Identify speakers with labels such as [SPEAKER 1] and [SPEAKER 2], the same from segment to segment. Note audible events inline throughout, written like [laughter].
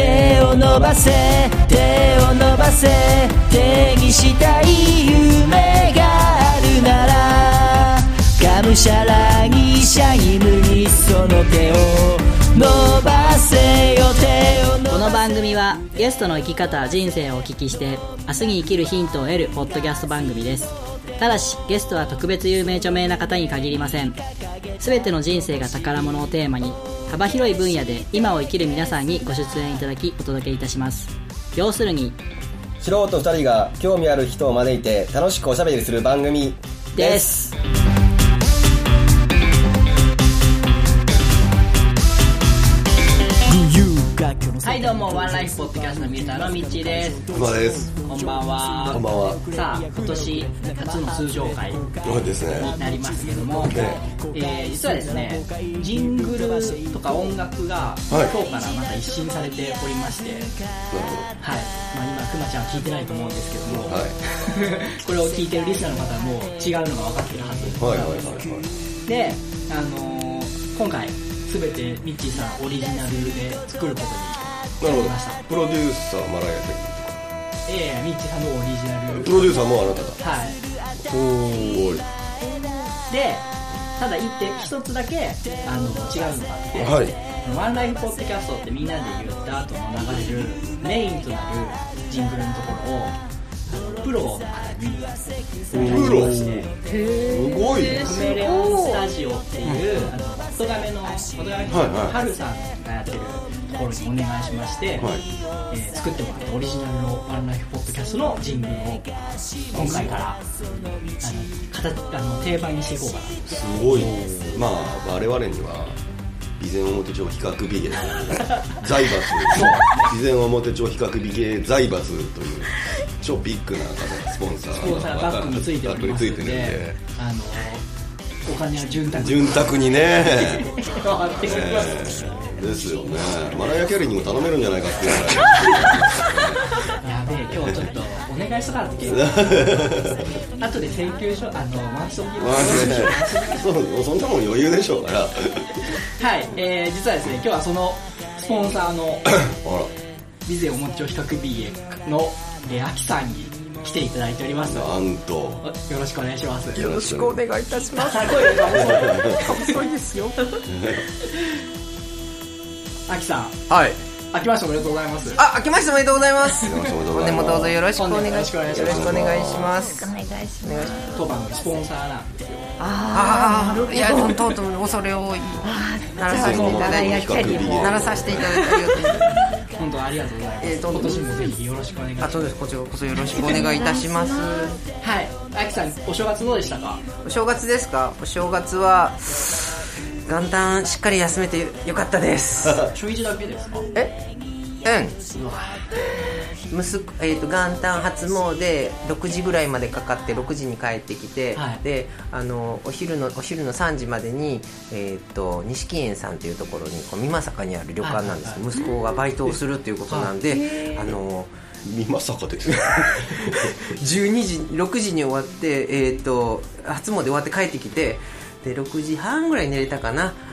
[SPEAKER 1] 伸ばせ手を伸ばせ手にしたい夢があるならがむしゃらにシャイムにその手を伸ばせよ手を伸ばせ
[SPEAKER 2] この番組はゲストの生き方人生をお聞きして明日に生きるヒントを得るポッドキャスト番組ですただしゲストは特別有名著名な方に限りません全ての人生が宝物をテーマに幅広い分野で今を生きる皆さんにご出演いただきお届けいたします要するに
[SPEAKER 3] 素人2人が興味ある人を招いて楽しくおしゃべりする番組
[SPEAKER 2] ですはいどうもワンライフポッドキャストのミルターのミッチーです
[SPEAKER 4] 熊です
[SPEAKER 2] こんばんは
[SPEAKER 4] こんばんは
[SPEAKER 2] さあ今年初の通常会
[SPEAKER 4] そうですね
[SPEAKER 2] になりますけども、えー実はですねジングルとか音楽が今
[SPEAKER 4] はい
[SPEAKER 2] 日からまた一新されておりまして、はいまあ、今くまちゃんは聞いてないと思うんですけども、
[SPEAKER 4] はい
[SPEAKER 2] [laughs] これを聞いてるリスナーの方はもう違うのが分かってるはずです、
[SPEAKER 4] はいはいはいはい
[SPEAKER 2] で、あのー今回全てミッチーさんオリジナルで作ることに
[SPEAKER 4] なるほどプロデューサーマライアセ
[SPEAKER 2] ええミッチーさんのオリジナ
[SPEAKER 4] ミ
[SPEAKER 2] ル
[SPEAKER 4] プロデューサーもあなただ
[SPEAKER 2] はい
[SPEAKER 4] おーい
[SPEAKER 2] でただ一点一つだけあの違うのがあって、
[SPEAKER 4] はい
[SPEAKER 2] ワンライフポッドキャストってみんなで言った後の流れるメインとなるジングルのところをあのプロの方に
[SPEAKER 4] プロすごいね
[SPEAKER 2] カメレオンスタジオっていうあの音亀の音亀の
[SPEAKER 4] はいはい
[SPEAKER 2] ハルさんがやってるところにお願いしまして、
[SPEAKER 4] はい
[SPEAKER 2] えー作ってもらったオリジナルのワンライフポッドキャストのジングルを今回からあの形あの定番にしていこうかな
[SPEAKER 4] すごいまあ我々には備前表帳比較美芸財閥備前表帳比較美芸財閥という超ビッグなスポンサー
[SPEAKER 2] スポンサーバッグについておりますの
[SPEAKER 4] バッ
[SPEAKER 2] で、
[SPEAKER 4] グについてるんで
[SPEAKER 2] あのお金は潤沢に
[SPEAKER 4] 潤沢に [laughs] ね
[SPEAKER 2] 回ってくれます。
[SPEAKER 4] ですよねマライア・キャリーにも頼めるんじゃないかっていうぐらい
[SPEAKER 2] やべえ、今日はちょっとお願いしとかなきゃいけない。後で請求 [laughs] 書、あの、マンション切り
[SPEAKER 4] そうそんなもん余裕でしょうから [laughs] あ
[SPEAKER 2] はい、えー、実はですね、今日はそのスポンサーのビゼおもちょ比較 BA の、えー、アキさんに来ていただいております。
[SPEAKER 4] ら
[SPEAKER 2] よ
[SPEAKER 4] なんと
[SPEAKER 2] ろしくお願いします。
[SPEAKER 4] よろしくお願
[SPEAKER 2] あ、
[SPEAKER 4] い
[SPEAKER 2] 声が遅いですよ。アキさん、
[SPEAKER 5] はい。
[SPEAKER 2] 明けましておめでとうございます。
[SPEAKER 5] あ、明けましておめでとうございます。
[SPEAKER 4] 明けましておめでとうご
[SPEAKER 5] 本
[SPEAKER 4] ざいます
[SPEAKER 5] 年もどうぞよろしくお願いします。
[SPEAKER 2] 本年もよ
[SPEAKER 5] よ
[SPEAKER 2] ろ
[SPEAKER 5] ろ
[SPEAKER 2] し
[SPEAKER 5] し
[SPEAKER 2] くお
[SPEAKER 5] くお
[SPEAKER 2] 願
[SPEAKER 5] 願
[SPEAKER 2] い
[SPEAKER 5] い
[SPEAKER 2] し
[SPEAKER 5] し
[SPEAKER 2] ま
[SPEAKER 5] ます。
[SPEAKER 6] お願いします
[SPEAKER 2] 当番のスポンサーなんですよ。
[SPEAKER 5] ああ、いや、とうとう恐れ多い。ならさせていただい
[SPEAKER 4] 比較美
[SPEAKER 5] て、
[SPEAKER 4] 芸
[SPEAKER 5] ならさせていただいてありがとうございます。
[SPEAKER 2] 本当ありがとうございます。
[SPEAKER 5] えーどうぞ
[SPEAKER 2] 今年もぜひよろしくお願いし
[SPEAKER 5] あ、
[SPEAKER 2] ます。
[SPEAKER 5] そうです。こちらこそよろしくお願いいたします。
[SPEAKER 2] はい、あきさん、お正月どうでしたか。
[SPEAKER 5] お正元月ですかお正月は、元旦しっかり休めてよかったです。
[SPEAKER 2] 初日だけですか。
[SPEAKER 5] えうん息子、えー、と元旦初詣6時ぐらいまでかかって6時に帰ってきて、
[SPEAKER 2] はい
[SPEAKER 5] であのお昼のお昼の3時までに、えー、と錦園さんというところにこう美作にある旅館なんです、
[SPEAKER 2] は
[SPEAKER 5] 息子がバイトをするということなんで、あの
[SPEAKER 4] みまさかですね
[SPEAKER 5] 12時6時に終わって、えー、と初詣終わって帰ってきてで6時半ぐらいに寝れたかな [laughs]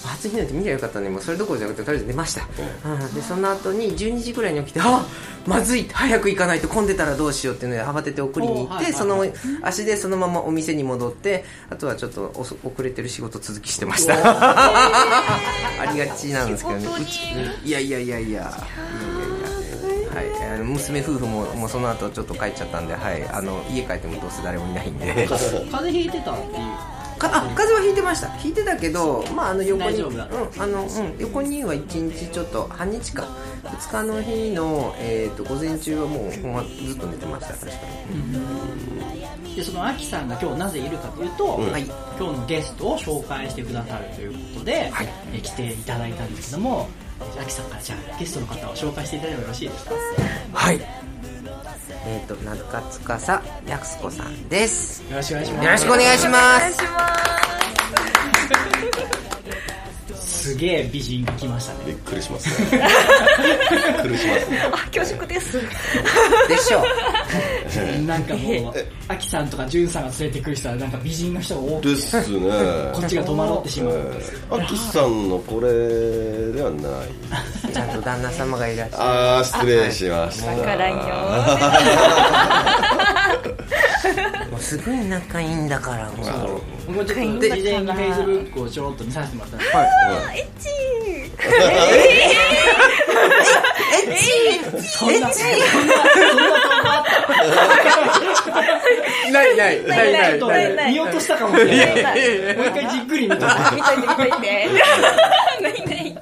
[SPEAKER 5] 初日の出見りゃよかったねもうそれどころじゃなくてとりあえず寝ました、うん、でその後に12時ぐらいに起きてあまずい早く行かないと混んでたらどうしようっていうので慌てて送りに行って、
[SPEAKER 2] おーはいはい
[SPEAKER 5] その足でそのままお店に戻ってあとはちょっと遅遅れてる仕事続きしてました [laughs] ありがちなんですけどねうちいやいやいやいやいやいやはいあの、娘夫婦ももうその後ちょっと帰っちゃったんで、はい、あの家帰ってもどうせ誰もいないんで [laughs] か
[SPEAKER 2] 風邪ひいてたっていう。
[SPEAKER 5] あ風邪は引いてました引いてたけど、まあ、あの横
[SPEAKER 2] 大
[SPEAKER 5] に、
[SPEAKER 2] 丈
[SPEAKER 5] う
[SPEAKER 2] 夫
[SPEAKER 5] ん
[SPEAKER 2] だ
[SPEAKER 5] あのうん、横には1日ちょっと半日か2日の日の、えー、と午前中はもうほんまずっと寝てました確か
[SPEAKER 2] で、そのあきさんが今日なぜいるかというと、
[SPEAKER 5] んはい
[SPEAKER 2] 今日のゲストを紹介してくださるということで、
[SPEAKER 5] はい
[SPEAKER 2] え来ていただいたんですけども。あきさんからじゃあゲストの方を紹介していただいてもよろしいですかよ
[SPEAKER 5] にはいえっ、と中塚さやくすこさんです
[SPEAKER 2] ろしくお願いします
[SPEAKER 5] よろしくお願いします
[SPEAKER 2] すげえ美人が来ましたね
[SPEAKER 4] びっくりしますね苦しますね
[SPEAKER 6] あ恐縮です
[SPEAKER 5] でしょう
[SPEAKER 2] なんかもうあきさんとかじゅんさんが連れてくる人はなんか美人の人が多く
[SPEAKER 4] ですね
[SPEAKER 2] こっちが戸惑ってしまう
[SPEAKER 4] えーアキさんのこれではないです
[SPEAKER 5] ちゃんと旦那様がいらっしゃる
[SPEAKER 4] ああ失礼しました
[SPEAKER 6] わからんよ
[SPEAKER 5] もうすごい仲いいんだからもう
[SPEAKER 2] 僕もちょっと事前にフェイスブックをちょろっと見させてもらったんです
[SPEAKER 6] エッチ
[SPEAKER 2] そんなそんなそんな投稿あった
[SPEAKER 5] ないないないな
[SPEAKER 6] ないい
[SPEAKER 2] ちょ
[SPEAKER 5] ない
[SPEAKER 2] っと見落としたかもしれない
[SPEAKER 5] いやいやいや
[SPEAKER 2] もう一回じっくり見と
[SPEAKER 6] ー見といて見といて [laughs] ないない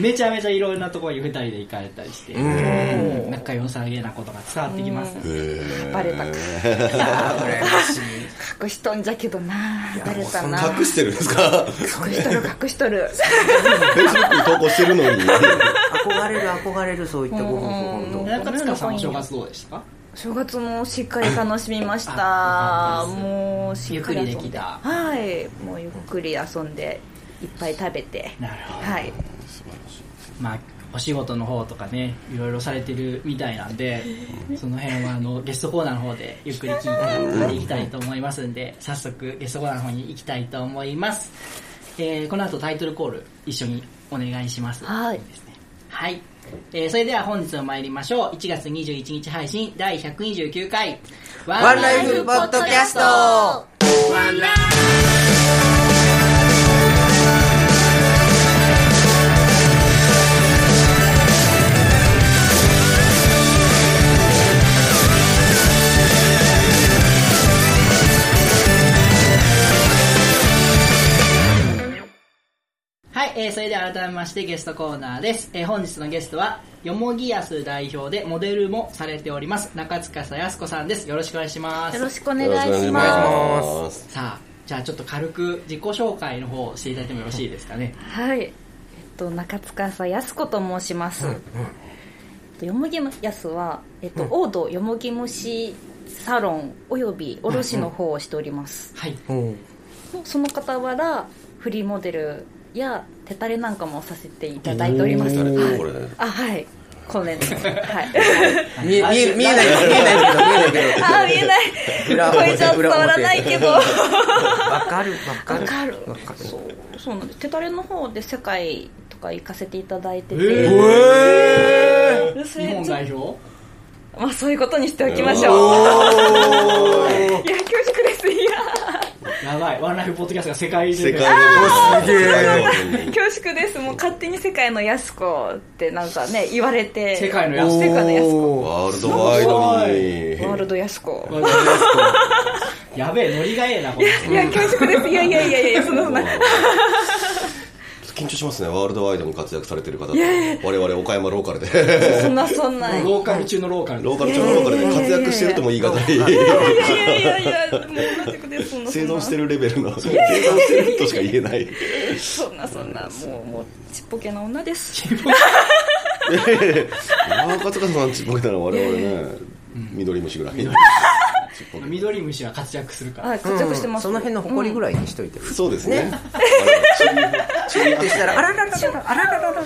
[SPEAKER 2] めちゃめちゃいろんなところに二人で行かれたりしてうん仲良さげなことが伝わってきます
[SPEAKER 6] バレたか隠しとんじゃけどなバレたな
[SPEAKER 4] 隠してるんですか
[SPEAKER 6] 隠
[SPEAKER 4] [laughs]
[SPEAKER 6] しとる隠しとる
[SPEAKER 4] Facebook に投稿してるのに
[SPEAKER 5] 憧れる憧れるそういったご夫婦本
[SPEAKER 2] 中村さんはお正月どうでしたか
[SPEAKER 6] 正月もしっかり楽しみましたもうしっかり遊ん
[SPEAKER 2] ゆっくりできた
[SPEAKER 6] はいもうゆっくり遊んでいっぱい食べて
[SPEAKER 2] なるほど
[SPEAKER 6] はい
[SPEAKER 2] まあお仕事の方とかねいろいろされてるみたいなんでその辺はあのゲストコーナーの方でゆっくり聞いていきたいと思いますんで早速ゲストコーナーの方に行きたいと思います、えー、この後タイトルコール一緒にお願いします
[SPEAKER 6] はい
[SPEAKER 2] ですねはい、えー、それでは本日も参りましょう1月21日配信第129回ワ
[SPEAKER 5] ワンライフポッドキャスト
[SPEAKER 2] はい、えーそれでは改めましてゲストコーナーです。えー本日のゲストは、よもぎやす代表でモデルもされております、中塚さやすこさんです。よろしくお願いします。
[SPEAKER 6] よろしくお
[SPEAKER 4] よろしくお
[SPEAKER 6] 願い
[SPEAKER 4] 願
[SPEAKER 6] します
[SPEAKER 4] いします
[SPEAKER 2] さあ、じゃあちょっと軽く自己紹介の方をしていただいてもよろしいですかね。
[SPEAKER 6] はい、えっと、中塚さやす子と申します、えっと、よもぎやすは、えっと、王道よもぎ虫サロンおよび卸の方をしております、
[SPEAKER 2] はい。
[SPEAKER 5] うん
[SPEAKER 6] その傍らフリーモデルや手たれなんかもさせていただいております
[SPEAKER 4] 誰だ
[SPEAKER 6] はい
[SPEAKER 4] これ
[SPEAKER 6] あはい今年度はい
[SPEAKER 5] 見え見え見えない見えないけど見えないけど
[SPEAKER 6] あ見えない
[SPEAKER 5] 裏表
[SPEAKER 6] 声じゃ伝わらないけど
[SPEAKER 5] 裏
[SPEAKER 6] わ
[SPEAKER 5] わかるわかる
[SPEAKER 6] かる
[SPEAKER 5] わかる
[SPEAKER 6] そうそうなんです手たれの方で世界とか行かせていただいてて、それ
[SPEAKER 2] 日本代表
[SPEAKER 6] まあそういうことにしておきましょう。いや、恐縮です。いや、
[SPEAKER 2] やばい、ワンライフポッドキャストが世界中
[SPEAKER 4] 世
[SPEAKER 2] で。
[SPEAKER 4] 界で世界で
[SPEAKER 6] [laughs] 恐縮です。もう勝手に世界の安子ってなんかね、言われて。
[SPEAKER 2] 世界の安子
[SPEAKER 6] 世界の安子。
[SPEAKER 4] ワールドワイドに
[SPEAKER 6] ワールド安子。
[SPEAKER 2] やべえ、ノリがええな、この人
[SPEAKER 6] いや、恐縮です。いやいやいやいや、そのそん
[SPEAKER 2] [laughs]
[SPEAKER 6] な。
[SPEAKER 4] 緊張しますねワールドワイドに活躍されてる方って我々岡山ローカルで
[SPEAKER 6] そんな、そんな。い
[SPEAKER 2] ローカル中のローカル
[SPEAKER 4] ローカル中のローカルで活躍してるとも言い難い
[SPEAKER 6] やいやいや、もう恐縮です。そんな。
[SPEAKER 4] 生存してるレベルの生存してるとしか言えない
[SPEAKER 6] そんな、そんな、もう、もう、ちっぽけな
[SPEAKER 2] [laughs]
[SPEAKER 6] 女です。
[SPEAKER 4] 中塚さんちっぽけたら我々ね緑虫ぐらいちっぽけ
[SPEAKER 2] 緑虫は活躍するから。
[SPEAKER 6] はい、活躍して
[SPEAKER 5] うん
[SPEAKER 6] ます。
[SPEAKER 5] その辺の誇りぐらいにしといて
[SPEAKER 4] そうですね
[SPEAKER 5] ってしたらあらららららあらららら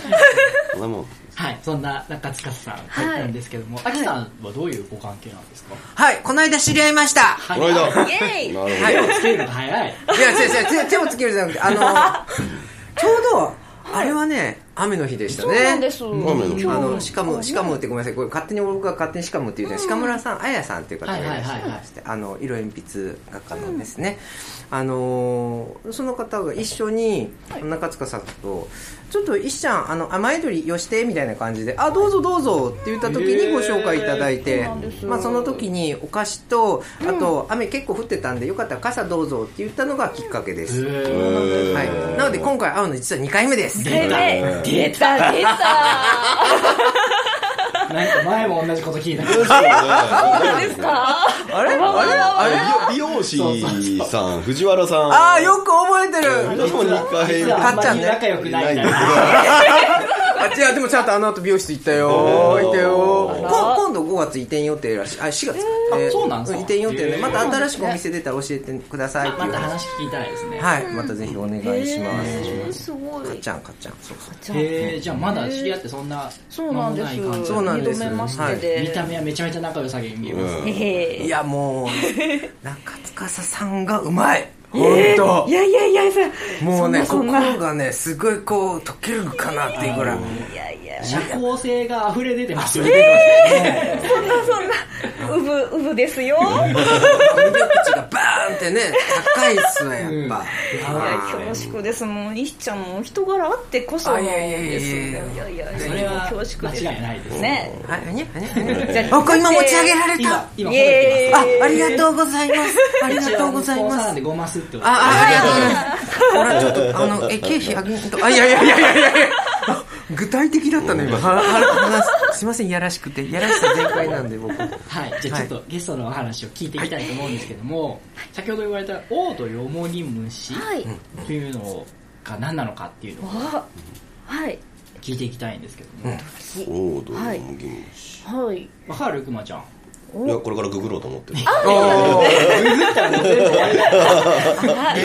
[SPEAKER 4] あの
[SPEAKER 2] はい、そんな中塚さん
[SPEAKER 6] はい
[SPEAKER 2] なんですけども、あきさんはどういうご関係なんですか
[SPEAKER 5] はいこの間知り合いました
[SPEAKER 4] この間なるほ
[SPEAKER 6] イェイ
[SPEAKER 4] ど
[SPEAKER 5] はい
[SPEAKER 2] 手をつけるのが早い。
[SPEAKER 5] いや、違う違う、手手をつけるじゃなくて、あの、ちょうど、あれはね、雨の日でしたね。
[SPEAKER 6] そうなんです。
[SPEAKER 4] 雨の日
[SPEAKER 5] あの、しかも、しかもってごめんなさい、これ勝手に僕が勝手にしかもって言うじゃない、鹿村さん、あやさんっていう方がいらっしゃいまして、あの、色鉛筆画家なんですね。あのー、その方が一緒に、中塚さんと、ちょっと一ちゃん、あの、雨宿りよして、みたいな感じで、あ、どうぞどうぞって言った時にご紹介いただいて、まあ、その時にお菓子と、あと、雨結構降ってたんで、よかったら傘どうぞって言ったのがきっかけです。はい、なので今回会うの実は2回目です
[SPEAKER 6] 出た出た出た
[SPEAKER 2] なんか前も同じこと聞いたけど。
[SPEAKER 6] そうですか
[SPEAKER 5] あれあれあれ
[SPEAKER 4] 美容師さん藤原さん
[SPEAKER 5] ああよく覚えてる
[SPEAKER 4] 藤原さんも2回
[SPEAKER 2] あんま
[SPEAKER 5] かっちゃん
[SPEAKER 2] り
[SPEAKER 5] ね
[SPEAKER 2] 仲良くないんだよ。
[SPEAKER 5] あ違うでもちゃんとあの後美容室行ったよ行ったよこ今度5月移転予定らしいあ4
[SPEAKER 2] あ
[SPEAKER 5] 月
[SPEAKER 2] そうなんすか
[SPEAKER 5] 移転予定で
[SPEAKER 2] へー
[SPEAKER 5] また新しくお店出たら教えてくださいって
[SPEAKER 2] ま
[SPEAKER 5] いう
[SPEAKER 2] た話聞いたらですね。
[SPEAKER 5] はいまたぜひお願いしま
[SPEAKER 6] えー
[SPEAKER 5] す
[SPEAKER 6] すご
[SPEAKER 5] かっ
[SPEAKER 6] い
[SPEAKER 5] ちゃんかっちゃんそうそう
[SPEAKER 2] へえ、じゃあまだ知り合ってそんな、
[SPEAKER 6] そうなんです
[SPEAKER 2] 間もない感じ
[SPEAKER 5] そうなんです
[SPEAKER 6] 二度目ましてで、
[SPEAKER 2] 見た目はめちゃめちゃ仲良さげに見えます。
[SPEAKER 6] え
[SPEAKER 5] いやもう中司さんがうまい本当
[SPEAKER 6] いやいやいやそれ
[SPEAKER 5] もうね
[SPEAKER 6] そんなそんな
[SPEAKER 5] 心がねすごいこう溶けるかなっていうぐらい
[SPEAKER 6] いやいや
[SPEAKER 2] 社交性が溢れ出てますよね。
[SPEAKER 6] そんなそんなうぶうぶですよ
[SPEAKER 5] 腕口がバーンってね高いっすわやっぱ、
[SPEAKER 6] いや恐縮ですもう西ちゃんもお人柄あってこその
[SPEAKER 5] あいやいやいや
[SPEAKER 6] で
[SPEAKER 5] いや
[SPEAKER 6] す
[SPEAKER 5] いや
[SPEAKER 6] いやいや
[SPEAKER 2] それは
[SPEAKER 6] 恐縮です
[SPEAKER 2] 間違いないですね。
[SPEAKER 6] ね
[SPEAKER 5] ああにゃあにゃあにゃ
[SPEAKER 6] じゃ
[SPEAKER 5] あこれ今持ち上げられた
[SPEAKER 2] 今、今褒
[SPEAKER 6] イ
[SPEAKER 2] めて
[SPEAKER 6] エ
[SPEAKER 5] あ
[SPEAKER 6] ーイ
[SPEAKER 5] ありがとうございますありがとうござい
[SPEAKER 2] 一応あのスポンサーなん
[SPEAKER 5] ます
[SPEAKER 2] でごますってこと
[SPEAKER 5] ああありがとうございますほらちょっとあのえ経費あげあいやいやいやいやいやあ具体的だったね今はは話すすいませんやらしくてやらしさ全開なんで僕
[SPEAKER 2] はい、じゃあちょっとゲストのお話を聞いていきたいと思うんですけども、先ほど言われた「王とよもぎ虫
[SPEAKER 6] はい」
[SPEAKER 2] というのが何なのかっていうのを
[SPEAKER 6] あはい
[SPEAKER 2] 聞いていきたいんですけども、
[SPEAKER 4] おおどうも
[SPEAKER 6] はい
[SPEAKER 4] ギムシ
[SPEAKER 6] はい
[SPEAKER 2] わかるくまちゃ [laughs] ん
[SPEAKER 4] いやこれからググろうと思ってる
[SPEAKER 2] [laughs]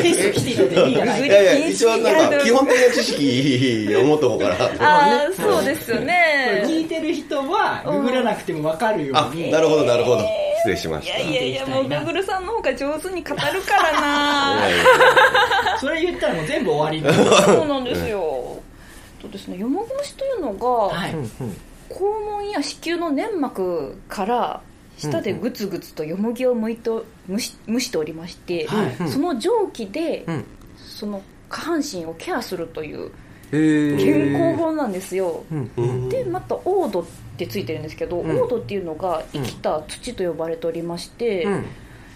[SPEAKER 2] ゲスト来ていただいていいじゃない
[SPEAKER 4] いやいや一応なんか基本的な知識を持っとこうかな
[SPEAKER 6] ああそうですよね
[SPEAKER 2] 聞いてる人はググらなくてもわかるよ
[SPEAKER 4] あ
[SPEAKER 2] うに
[SPEAKER 4] なるほどなるほど失礼しま
[SPEAKER 6] い
[SPEAKER 4] し
[SPEAKER 6] や
[SPEAKER 4] た
[SPEAKER 6] いやいやもうグーグルさんの方が上手に語るからな
[SPEAKER 2] それ言ったらもう全部終わりです
[SPEAKER 6] そうなんですよとですねよもぎ虫というのが、
[SPEAKER 2] はい
[SPEAKER 6] 肛門や子宮の粘膜から舌でグツグツとよもぎをむいと蒸し蒸しておりまして、
[SPEAKER 2] はい
[SPEAKER 6] その蒸気で、
[SPEAKER 5] ん
[SPEAKER 6] その下半身をケアするという健
[SPEAKER 5] 健
[SPEAKER 6] 康法なんですよ、
[SPEAKER 4] うん
[SPEAKER 6] でまたオードってついてるんですけど、
[SPEAKER 5] ん
[SPEAKER 6] オードっていうのが生きた土と呼ばれておりまして、
[SPEAKER 5] うん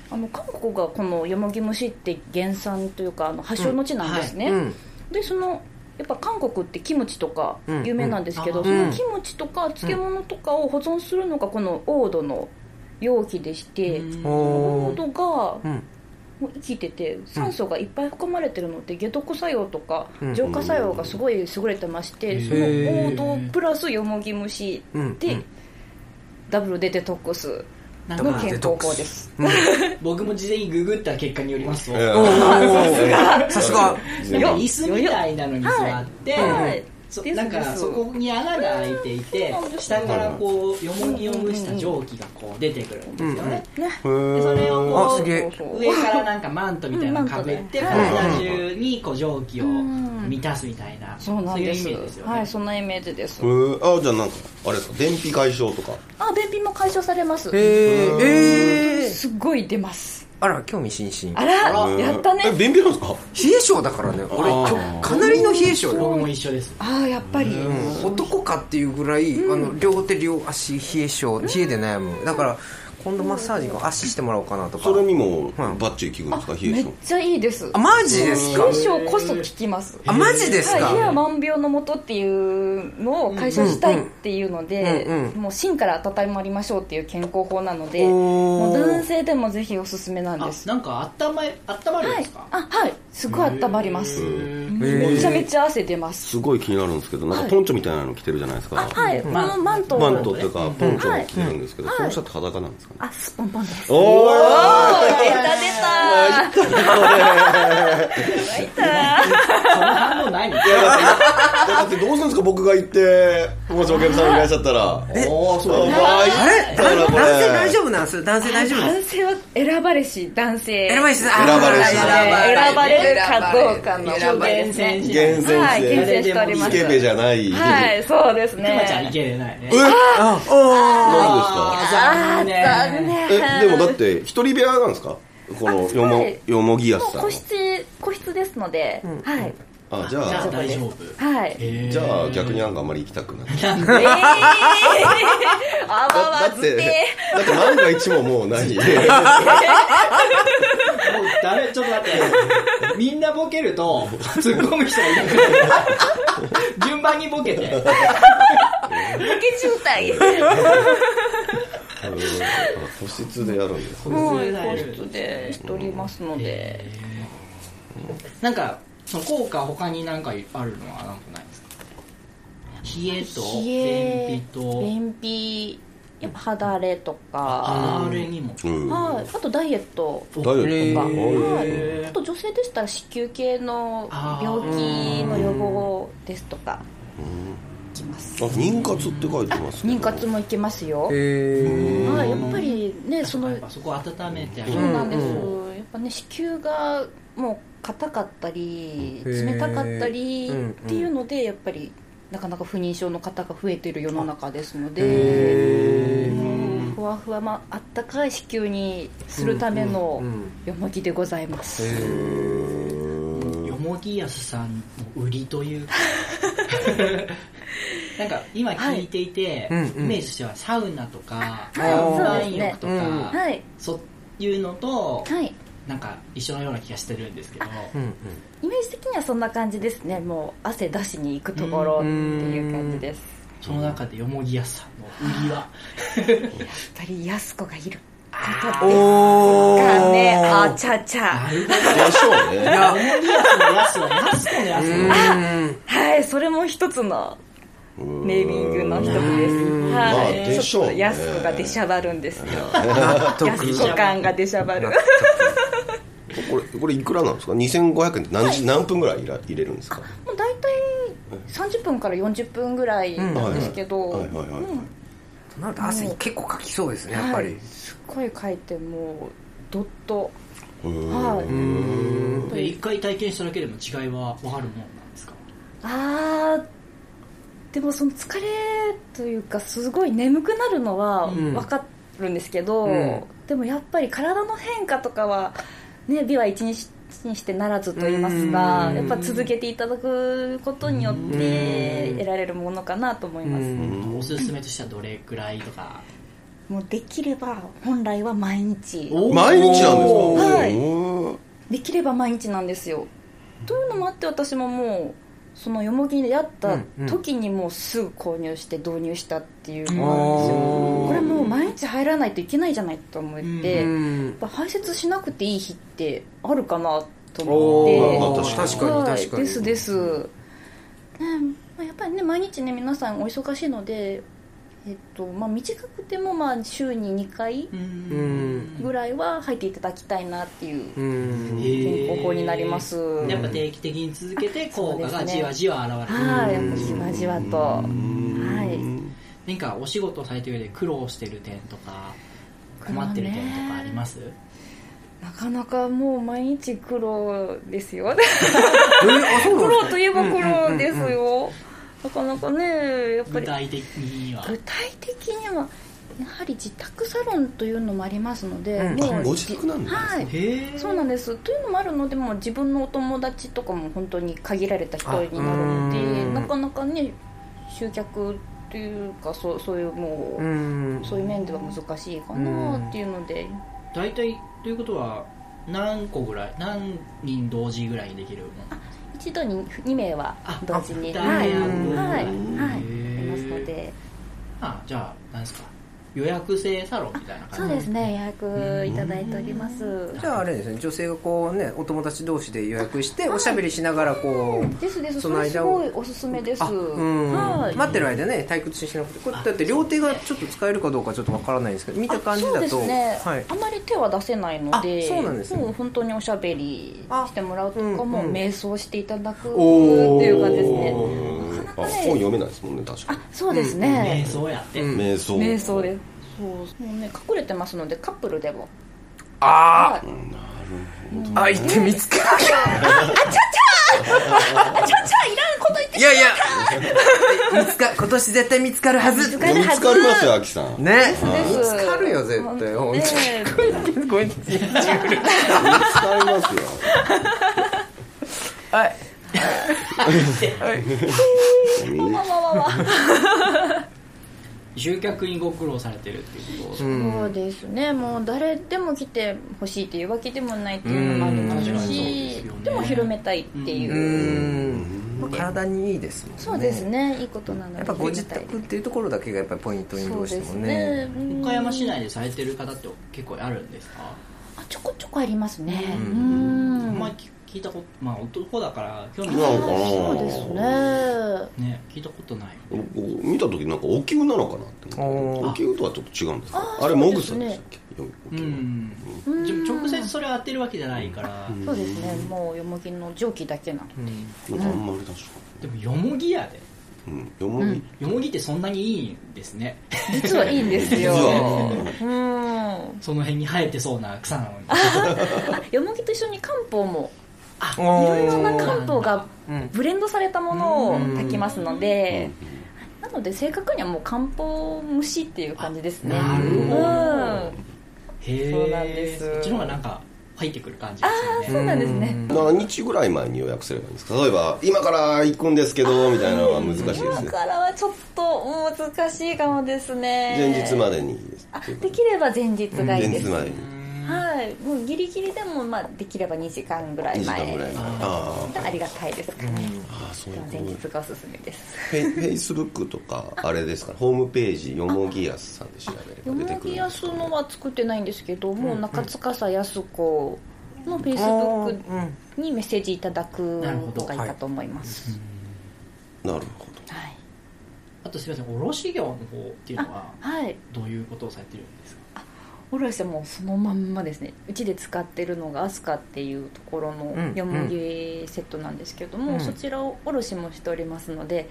[SPEAKER 6] あの韓国がこのよもぎ虫って原産というかあの発祥の地なんですね、
[SPEAKER 5] うん
[SPEAKER 6] でそのやっぱ韓国ってキムチとか
[SPEAKER 5] うん
[SPEAKER 6] 有名なんですけど、
[SPEAKER 2] うん
[SPEAKER 6] そのキムチとか漬物とかを保存するのがこのオードの容器でして、オ
[SPEAKER 5] お
[SPEAKER 6] ー
[SPEAKER 5] ー
[SPEAKER 6] ドが
[SPEAKER 5] うん
[SPEAKER 6] もう生きてて酸素がいっぱい含まれてるので解毒作用とか
[SPEAKER 5] うん
[SPEAKER 6] 浄化作用がすごい優れてまして、そのオ
[SPEAKER 5] へー
[SPEAKER 6] ードプラスよもぎ虫
[SPEAKER 5] うん
[SPEAKER 6] で、
[SPEAKER 5] うん
[SPEAKER 6] ダブルでデトックス
[SPEAKER 2] なん
[SPEAKER 6] の
[SPEAKER 2] か
[SPEAKER 6] 健康法です
[SPEAKER 2] 僕も事前にググった結果によりますと、
[SPEAKER 4] うん
[SPEAKER 5] おーさすが
[SPEAKER 4] うん
[SPEAKER 2] なんか椅子みたいなのに座って、
[SPEAKER 6] はい
[SPEAKER 2] そ
[SPEAKER 6] です
[SPEAKER 2] なんか
[SPEAKER 6] です
[SPEAKER 2] そこに穴が開いていて
[SPEAKER 6] そうなんです
[SPEAKER 2] 下からこうよもぎを蒸した蒸気がこう出てくるんですよね、
[SPEAKER 6] ね
[SPEAKER 2] でそれを
[SPEAKER 5] あ
[SPEAKER 2] こ
[SPEAKER 5] すげえ
[SPEAKER 2] う上からなんかマントみたいなのかぶって
[SPEAKER 6] うん
[SPEAKER 2] 体
[SPEAKER 6] マン
[SPEAKER 2] 中にこう蒸気を満たすみたいな、
[SPEAKER 6] そうなん
[SPEAKER 2] いう
[SPEAKER 6] で
[SPEAKER 2] イ
[SPEAKER 6] す
[SPEAKER 2] メージですよね、
[SPEAKER 6] はいそんなイメージです、
[SPEAKER 4] うんあじゃあなんかあれですか便秘解消とか
[SPEAKER 6] あ便秘も解消されます
[SPEAKER 5] えーえー
[SPEAKER 6] すっごい出ます
[SPEAKER 5] あら興味津々
[SPEAKER 6] あら
[SPEAKER 4] うん
[SPEAKER 6] やった
[SPEAKER 4] え
[SPEAKER 6] ね
[SPEAKER 4] 便秘なんですか
[SPEAKER 5] 冷え性だからね俺ちょかなりの冷え性だよ
[SPEAKER 2] 僕も一緒です
[SPEAKER 6] ああやっぱり
[SPEAKER 5] 男かっていうぐらい、あの両手両足冷え性冷えで悩むだから今度マッサージの足してもらおうかなとか
[SPEAKER 4] それにもバッチリ効くんですか冷
[SPEAKER 6] め
[SPEAKER 4] え
[SPEAKER 6] っ
[SPEAKER 4] 性
[SPEAKER 6] ちゃいいです
[SPEAKER 5] あマジですか
[SPEAKER 6] 冷え性こそ効きます
[SPEAKER 5] あマジですか、
[SPEAKER 6] はい、冷えは万病のもとっていうのを解消したいっていうので、
[SPEAKER 5] うんうんうん
[SPEAKER 6] もう芯から温まりましょうっていう健康法なので
[SPEAKER 5] おー
[SPEAKER 6] もう男性でもぜひおすすめなん
[SPEAKER 2] あ
[SPEAKER 6] です
[SPEAKER 2] なんかあったまえあったまるん
[SPEAKER 6] は
[SPEAKER 2] で
[SPEAKER 6] い
[SPEAKER 2] すか、
[SPEAKER 6] あはいすごい温まります
[SPEAKER 5] え
[SPEAKER 6] めちゃめちゃ汗出ます
[SPEAKER 4] すごい気になるんですけどなんかポンチョみたいなの着てるじゃないですか
[SPEAKER 6] あはいこのマント
[SPEAKER 4] マントっていうかポンチョを着てるんですけどその下って裸なんですかね
[SPEAKER 6] あスポンポンです
[SPEAKER 4] おお
[SPEAKER 6] おー出た出た
[SPEAKER 2] そんな反応
[SPEAKER 6] [laughs]
[SPEAKER 2] ないの
[SPEAKER 4] いやだってだってどうするんですか僕が行ってもしお客さんがいらっしゃったら
[SPEAKER 2] おおそうだ
[SPEAKER 4] お
[SPEAKER 2] ね
[SPEAKER 4] 前
[SPEAKER 5] あ
[SPEAKER 4] だ
[SPEAKER 5] れ
[SPEAKER 4] から
[SPEAKER 5] 男
[SPEAKER 4] これ
[SPEAKER 5] 性大丈夫なんです男性大丈夫なんで
[SPEAKER 6] 男
[SPEAKER 5] す
[SPEAKER 6] 性は選ばれし男性
[SPEAKER 5] 選ばれし選
[SPEAKER 4] 選ばれし
[SPEAKER 6] 選ばれるかどうかの
[SPEAKER 2] 一応厳選しない
[SPEAKER 4] 厳選
[SPEAKER 6] はい
[SPEAKER 4] して
[SPEAKER 6] 厳選しておりま
[SPEAKER 4] イ
[SPEAKER 6] す
[SPEAKER 4] ケベじゃない
[SPEAKER 6] はいそうです
[SPEAKER 2] く [laughs] まちゃんい
[SPEAKER 6] ね
[SPEAKER 2] けれないね
[SPEAKER 4] え
[SPEAKER 5] あお
[SPEAKER 4] なんですか
[SPEAKER 2] あー残念
[SPEAKER 4] えでもだって一人部屋なんですかこのよ
[SPEAKER 6] は
[SPEAKER 4] も
[SPEAKER 6] い
[SPEAKER 4] よもぎや
[SPEAKER 6] も
[SPEAKER 4] す
[SPEAKER 6] う
[SPEAKER 4] さん
[SPEAKER 6] 個室個室ですので、はい
[SPEAKER 4] あじ
[SPEAKER 2] じゃ
[SPEAKER 4] ゃ
[SPEAKER 2] あ
[SPEAKER 4] あ
[SPEAKER 2] 大丈夫
[SPEAKER 6] はい
[SPEAKER 4] じゃあ逆になんかあんまり行きた
[SPEAKER 6] [laughs]
[SPEAKER 4] くないだ
[SPEAKER 6] えー、あわわ
[SPEAKER 4] だっ
[SPEAKER 6] ず
[SPEAKER 4] て
[SPEAKER 6] て
[SPEAKER 4] だって万が一ももうない
[SPEAKER 6] [laughs]
[SPEAKER 2] もうダメちょっと待ってみんなボケると突っ込む人がいなくなる順番にボケて
[SPEAKER 6] 抜け渋滞
[SPEAKER 4] あのあ個室でやるんですね
[SPEAKER 6] はい個室でしておりますので、
[SPEAKER 2] なんかその効果他になんかあるのはなんかないですか冷えと
[SPEAKER 6] 冷え
[SPEAKER 2] 便秘と
[SPEAKER 6] 便秘やっぱ肌荒れとか
[SPEAKER 2] あれにも
[SPEAKER 4] うんダ
[SPEAKER 6] はいあとダイエット
[SPEAKER 4] イエット
[SPEAKER 6] はい、あと女性でしたら子宮系の病気の予防ですとかきます
[SPEAKER 4] あ妊活って書いてますけど
[SPEAKER 6] 妊活もいけますよ、
[SPEAKER 5] え
[SPEAKER 6] はい、やっぱりねその
[SPEAKER 2] やっぱそこ温めてあげ
[SPEAKER 6] そう
[SPEAKER 2] る
[SPEAKER 6] なんです、やっぱね子宮がもう硬かったり
[SPEAKER 5] うん
[SPEAKER 6] 冷たかったり
[SPEAKER 5] へー
[SPEAKER 6] っていうのでやっぱりなかなか不妊症の方が増えている世の中ですの
[SPEAKER 5] へ
[SPEAKER 6] で
[SPEAKER 5] ー
[SPEAKER 6] うんふわふわ、まあったかい子宮にするための
[SPEAKER 5] うんうんうん
[SPEAKER 6] よもぎでございます、
[SPEAKER 2] よもぎやすさんの売りというか [laughs] なんか今聞いていて、
[SPEAKER 5] はいうんう
[SPEAKER 2] イ
[SPEAKER 5] ん
[SPEAKER 2] メージとしてはサウナとか
[SPEAKER 6] あ
[SPEAKER 5] はい
[SPEAKER 2] 岩
[SPEAKER 6] そ
[SPEAKER 2] 盤浴
[SPEAKER 6] うですね
[SPEAKER 2] とか、
[SPEAKER 5] うん
[SPEAKER 6] はい
[SPEAKER 2] そういうのと、
[SPEAKER 6] はい
[SPEAKER 2] なんか一緒のような気がしてるんですけど、
[SPEAKER 5] うんうん
[SPEAKER 6] イメージ的にはそんな感じですねもう汗出しに行くところっていう感じです
[SPEAKER 2] その中でよもぎやすさんの売りは、
[SPEAKER 6] やっぱり安子がいることです
[SPEAKER 5] お
[SPEAKER 6] かねあ
[SPEAKER 5] ー
[SPEAKER 6] ちゃちゃ
[SPEAKER 4] でしょうね。
[SPEAKER 5] や
[SPEAKER 2] よもぎやすのやすはやす子のやす
[SPEAKER 5] うーん
[SPEAKER 6] はい、それも一つのネーミングの一つです。
[SPEAKER 4] ま
[SPEAKER 6] は
[SPEAKER 4] あ
[SPEAKER 6] い、
[SPEAKER 4] でし
[SPEAKER 6] ち
[SPEAKER 4] ょ
[SPEAKER 6] ょ
[SPEAKER 4] う
[SPEAKER 6] っ
[SPEAKER 4] ね
[SPEAKER 6] と安子が出しゃばるんですよ。
[SPEAKER 5] 納
[SPEAKER 6] 安
[SPEAKER 5] 得
[SPEAKER 6] 子感が出しゃばる。
[SPEAKER 4] これ、これいくらなんですか ?2500 円って何時、何分ぐらい入れ入れるんですか
[SPEAKER 6] もう大体三十分から四十分ぐらいなんですけど、
[SPEAKER 4] はいはいはいはい
[SPEAKER 6] うん
[SPEAKER 5] となると汗結構かきそうですねやっぱり、
[SPEAKER 6] はいすっごい書いてもうどっと。
[SPEAKER 4] うーん
[SPEAKER 6] はい。
[SPEAKER 2] で一回体験しただけでも違いは分かるもんなんですか
[SPEAKER 6] あー。でもその疲れというかすごい眠くなるのは
[SPEAKER 5] ん
[SPEAKER 6] 分かるんですけど、
[SPEAKER 5] うん
[SPEAKER 6] でもやっぱり体の変化とかは、ね、美は一日にしてならずと言いますが
[SPEAKER 5] うん
[SPEAKER 6] やっぱ続けていただくことによって得られるものかなと思います
[SPEAKER 2] おすすめとしてはどれくらいとか
[SPEAKER 6] もうできれば本来は毎日
[SPEAKER 4] 毎日なんですか
[SPEAKER 5] お
[SPEAKER 6] ーはい
[SPEAKER 4] おー
[SPEAKER 6] できれば毎日なんですよというのもあって私ももうそのよもぎに出会った時にもうすぐ購入して導入したっていうのがあるんですよこれもう毎日入らないといけないじゃないと思って、
[SPEAKER 5] う
[SPEAKER 6] やっ
[SPEAKER 5] ん
[SPEAKER 6] ぱ排泄しなくていい日ってあるかなと思っ
[SPEAKER 5] お
[SPEAKER 4] ー
[SPEAKER 5] ー
[SPEAKER 6] て
[SPEAKER 5] 確かに
[SPEAKER 6] はい
[SPEAKER 5] 確かに
[SPEAKER 6] ですです、ねまあ、やっぱりね毎日ね皆さんお忙しいので、えっとまあ、短くてもまあ週に2回
[SPEAKER 5] うん
[SPEAKER 6] ぐらいは入っていただきたいなっていう
[SPEAKER 5] うん
[SPEAKER 6] 健康法になります、
[SPEAKER 2] やっぱ定期的に続けて効果がじわじわ現れる、
[SPEAKER 6] はい、やっぱじわじわと。はい。
[SPEAKER 2] なんかお仕事をされてる上で苦労してる点とか困ってる点とかあります、
[SPEAKER 6] なかなかもう毎日苦労ですよ。
[SPEAKER 5] えあそう
[SPEAKER 6] 苦
[SPEAKER 5] なんです
[SPEAKER 6] 労
[SPEAKER 5] か
[SPEAKER 6] といえば苦労ですよ。なかなかね、やっぱ
[SPEAKER 2] 具
[SPEAKER 6] り。
[SPEAKER 2] 体的には
[SPEAKER 6] 具体的には、やはり自宅サロンというのもありますので、
[SPEAKER 5] うん
[SPEAKER 6] も
[SPEAKER 4] あ
[SPEAKER 6] う
[SPEAKER 4] ご自宅なんだ
[SPEAKER 6] はい。
[SPEAKER 2] へえ
[SPEAKER 6] そうなんですというのもあるのでもう自分のお友達とかも本当に限られた人になるの
[SPEAKER 5] あう
[SPEAKER 6] で
[SPEAKER 5] ん
[SPEAKER 6] なかなかね集客というかそうそういうもう、
[SPEAKER 5] うん
[SPEAKER 6] そういう面では難しいかなっていうので、
[SPEAKER 2] 大体ということは何個ぐらい何人同時ぐらいにできるもの
[SPEAKER 6] 一度に2名は同時に
[SPEAKER 2] あ
[SPEAKER 6] はい
[SPEAKER 2] あ
[SPEAKER 6] はいはい
[SPEAKER 2] うん
[SPEAKER 6] いますので
[SPEAKER 2] あじゃあなんですか予約制サロンみたいな感じ
[SPEAKER 6] そうですね予約いただいております
[SPEAKER 5] じゃああれですね女性がこうねお友達同士で予約しておしゃべりしながらこう
[SPEAKER 6] ですです
[SPEAKER 5] そ
[SPEAKER 6] そ
[SPEAKER 5] の
[SPEAKER 6] れす
[SPEAKER 5] 間を
[SPEAKER 6] ごいおすすめです
[SPEAKER 5] あうん
[SPEAKER 6] はい
[SPEAKER 5] 待ってる間ね退屈しなくてこれだって両手がちょっと使えるかどうかちょっとわからないんですけど見た感じだと
[SPEAKER 6] あそうですね、
[SPEAKER 5] はい
[SPEAKER 6] あまり手は出せないので
[SPEAKER 5] あそうなんですね
[SPEAKER 6] もう本当におしゃべりしてもらうとか
[SPEAKER 5] あうん
[SPEAKER 6] も
[SPEAKER 5] うん
[SPEAKER 6] 瞑想していただくって
[SPEAKER 5] おー
[SPEAKER 6] いう感じですね
[SPEAKER 4] あ、本読めないですもんね、確か
[SPEAKER 6] あ
[SPEAKER 4] に。
[SPEAKER 6] そうです
[SPEAKER 2] 瞑
[SPEAKER 6] ね、
[SPEAKER 2] 想やって、
[SPEAKER 5] うん
[SPEAKER 4] 瞑想。
[SPEAKER 6] 瞑想ですそうもうね隠れてますのでカップルでも
[SPEAKER 5] あ
[SPEAKER 6] はい
[SPEAKER 5] ーあ行って見つけた
[SPEAKER 6] あちゃちゃいらんこと言って
[SPEAKER 5] いやいや見つか今年絶対見つかるはず
[SPEAKER 6] かる
[SPEAKER 4] 見
[SPEAKER 6] はず
[SPEAKER 4] つかりますよ、アキさん。
[SPEAKER 5] ね
[SPEAKER 6] です
[SPEAKER 5] 見つかるよ絶対
[SPEAKER 6] 本当
[SPEAKER 5] 本
[SPEAKER 6] ね
[SPEAKER 5] 当にごめんなさい
[SPEAKER 4] 見つかりますよ。
[SPEAKER 5] はい
[SPEAKER 6] わわわわ
[SPEAKER 2] 集客にご苦労されてるっていうこと
[SPEAKER 6] そうですねもう誰でも来てほしいというわけでもないっていうのもありますし
[SPEAKER 2] うん
[SPEAKER 6] でも広めたいっていうう、
[SPEAKER 5] んまあ体にいいですもんね
[SPEAKER 6] そうですねいいことなので
[SPEAKER 5] やっぱご自
[SPEAKER 6] 広めた
[SPEAKER 5] 宅
[SPEAKER 6] い
[SPEAKER 5] っていうところだけがやっぱりポイントに
[SPEAKER 6] そ
[SPEAKER 5] どう
[SPEAKER 6] う
[SPEAKER 5] して
[SPEAKER 6] で
[SPEAKER 5] も
[SPEAKER 6] す
[SPEAKER 5] ね
[SPEAKER 6] ねうん
[SPEAKER 2] 岡山市内でされてる方って結構あるんですか、
[SPEAKER 6] あちょこちょこありますねうん
[SPEAKER 2] あんまり聞いたことまあ男だから興味
[SPEAKER 4] な
[SPEAKER 2] ない
[SPEAKER 4] んかな
[SPEAKER 6] そうですね
[SPEAKER 2] ね聞いたことない
[SPEAKER 4] 僕見た時なんかお灸なのかなって思ってお灸とはちょっと違うんですかあれモグサでしたっけよお
[SPEAKER 2] う
[SPEAKER 4] 灸
[SPEAKER 2] んじゃあ直接それ当てるわけじゃないから、
[SPEAKER 6] そうですねもうよもぎの蒸気だけなの
[SPEAKER 4] なんかあんまり確か
[SPEAKER 2] でもよもぎやで
[SPEAKER 4] にうんよもぎ
[SPEAKER 2] よもぎってそんなにいいんですね [laughs]
[SPEAKER 6] 実はいいんですよ
[SPEAKER 4] 実は
[SPEAKER 6] うんうん
[SPEAKER 2] その辺に生えてそうな草なのに。
[SPEAKER 6] あよもぎと一緒に漢方も
[SPEAKER 5] い
[SPEAKER 6] いろい
[SPEAKER 5] ろ
[SPEAKER 6] ろな漢方が
[SPEAKER 5] うん
[SPEAKER 6] ブレンドされたものを
[SPEAKER 5] うん
[SPEAKER 6] 炊きますのでなので正確にはもう漢方蒸しっていう感じですね
[SPEAKER 2] なるほど
[SPEAKER 6] うん
[SPEAKER 2] へえ。
[SPEAKER 6] そうなんです
[SPEAKER 2] こっちの方がなんか入ってくる感じです
[SPEAKER 6] そ
[SPEAKER 2] よ
[SPEAKER 6] う
[SPEAKER 2] ね。
[SPEAKER 6] なんですね
[SPEAKER 4] 何日ぐらい前に予約すればいいんですか例えば今から行くんですけどみたいなのは難しいです
[SPEAKER 6] 今
[SPEAKER 4] ね
[SPEAKER 6] からはちょっと難しいかもですね
[SPEAKER 4] 前日までにです
[SPEAKER 6] あできれば前日がい
[SPEAKER 4] 前
[SPEAKER 6] いで
[SPEAKER 4] 日
[SPEAKER 6] す
[SPEAKER 4] までに
[SPEAKER 6] はいもうギリギリでも、まあ、できれば2時間ぐらい
[SPEAKER 4] 2時
[SPEAKER 6] 前
[SPEAKER 4] 間ぐらい前あ
[SPEAKER 6] がありがたいですかね
[SPEAKER 4] あそういうこと
[SPEAKER 6] 前日がおすすめです
[SPEAKER 4] フェフェイスブックとかあれですかホームページよもぎやすさんで調べ
[SPEAKER 6] よ
[SPEAKER 4] れば出て
[SPEAKER 6] も
[SPEAKER 4] くる
[SPEAKER 6] ぎ
[SPEAKER 4] ん
[SPEAKER 6] や
[SPEAKER 4] です
[SPEAKER 6] す
[SPEAKER 4] かね
[SPEAKER 6] のは作ってないんですけど、もう中塚さやす子のフェイスブッ
[SPEAKER 5] うんうん
[SPEAKER 6] クにメッセージいただく
[SPEAKER 2] なるほど
[SPEAKER 6] のがいいかと思います、
[SPEAKER 4] なるほど
[SPEAKER 6] はい
[SPEAKER 2] あとすみません、卸業の方っていうのは
[SPEAKER 6] はい
[SPEAKER 2] どういうことをされてるんですか。
[SPEAKER 6] おろしはもうそのまんまですねうちで使ってるのがアスカっていうところ
[SPEAKER 5] うん
[SPEAKER 6] のよもぎセットなんですけども、
[SPEAKER 5] うん
[SPEAKER 6] そちらをおろしもしておりますので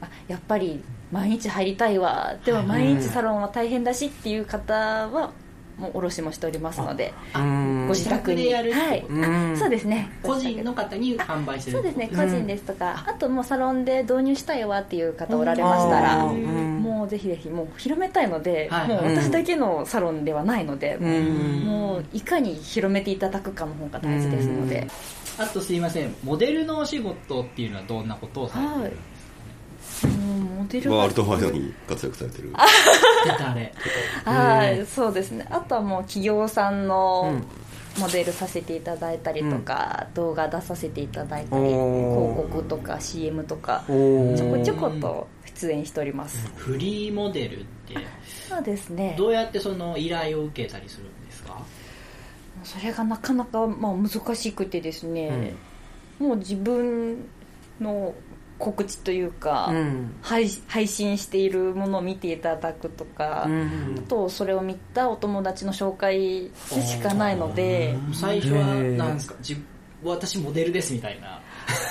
[SPEAKER 6] あやっぱり毎日入りたいわでも毎日サロンは大変だしっていう方はもうおろしもしておりますので
[SPEAKER 5] うん
[SPEAKER 6] ご自宅に
[SPEAKER 2] 自宅でやるってこと
[SPEAKER 5] う
[SPEAKER 6] はい
[SPEAKER 5] ん
[SPEAKER 6] あそうですね
[SPEAKER 2] 個人の方に販売してる
[SPEAKER 6] そうですね
[SPEAKER 2] って
[SPEAKER 6] 個人ですとか、あともうサロンで導入したいわっていう方おられましたら
[SPEAKER 5] うんうん
[SPEAKER 6] もうぜひぜひもう広めたいので、
[SPEAKER 2] はい
[SPEAKER 6] もう私だけのサロンではないので、
[SPEAKER 5] うん
[SPEAKER 6] もういかに広めていただくかの方が大事ですので、
[SPEAKER 2] ことあとすみません、モデルのお仕事っていうのはどんなことをされてるんですか。
[SPEAKER 6] もうモデルが
[SPEAKER 4] ワールドワイドに活躍されてる
[SPEAKER 2] 誰。
[SPEAKER 6] はいそうですねあとはもう企業さんのモデルさせていただいたりとか、動画出させていただいたり
[SPEAKER 5] おー
[SPEAKER 6] 広告とか CM とかち
[SPEAKER 5] おー
[SPEAKER 6] ょこちょこと出演しております
[SPEAKER 2] フリーモデルって
[SPEAKER 6] そうですね
[SPEAKER 2] どうやってその依頼を受けたりするんですか。
[SPEAKER 6] それがなかなかまあ難しくてですね、もう自分の告知というか、
[SPEAKER 5] うん
[SPEAKER 6] 配配信しているものを見ていただくとか、
[SPEAKER 5] うん
[SPEAKER 6] とそれを見たお友達の紹介でしかないので
[SPEAKER 2] 最初はなんですか。じ私モデルですみたいな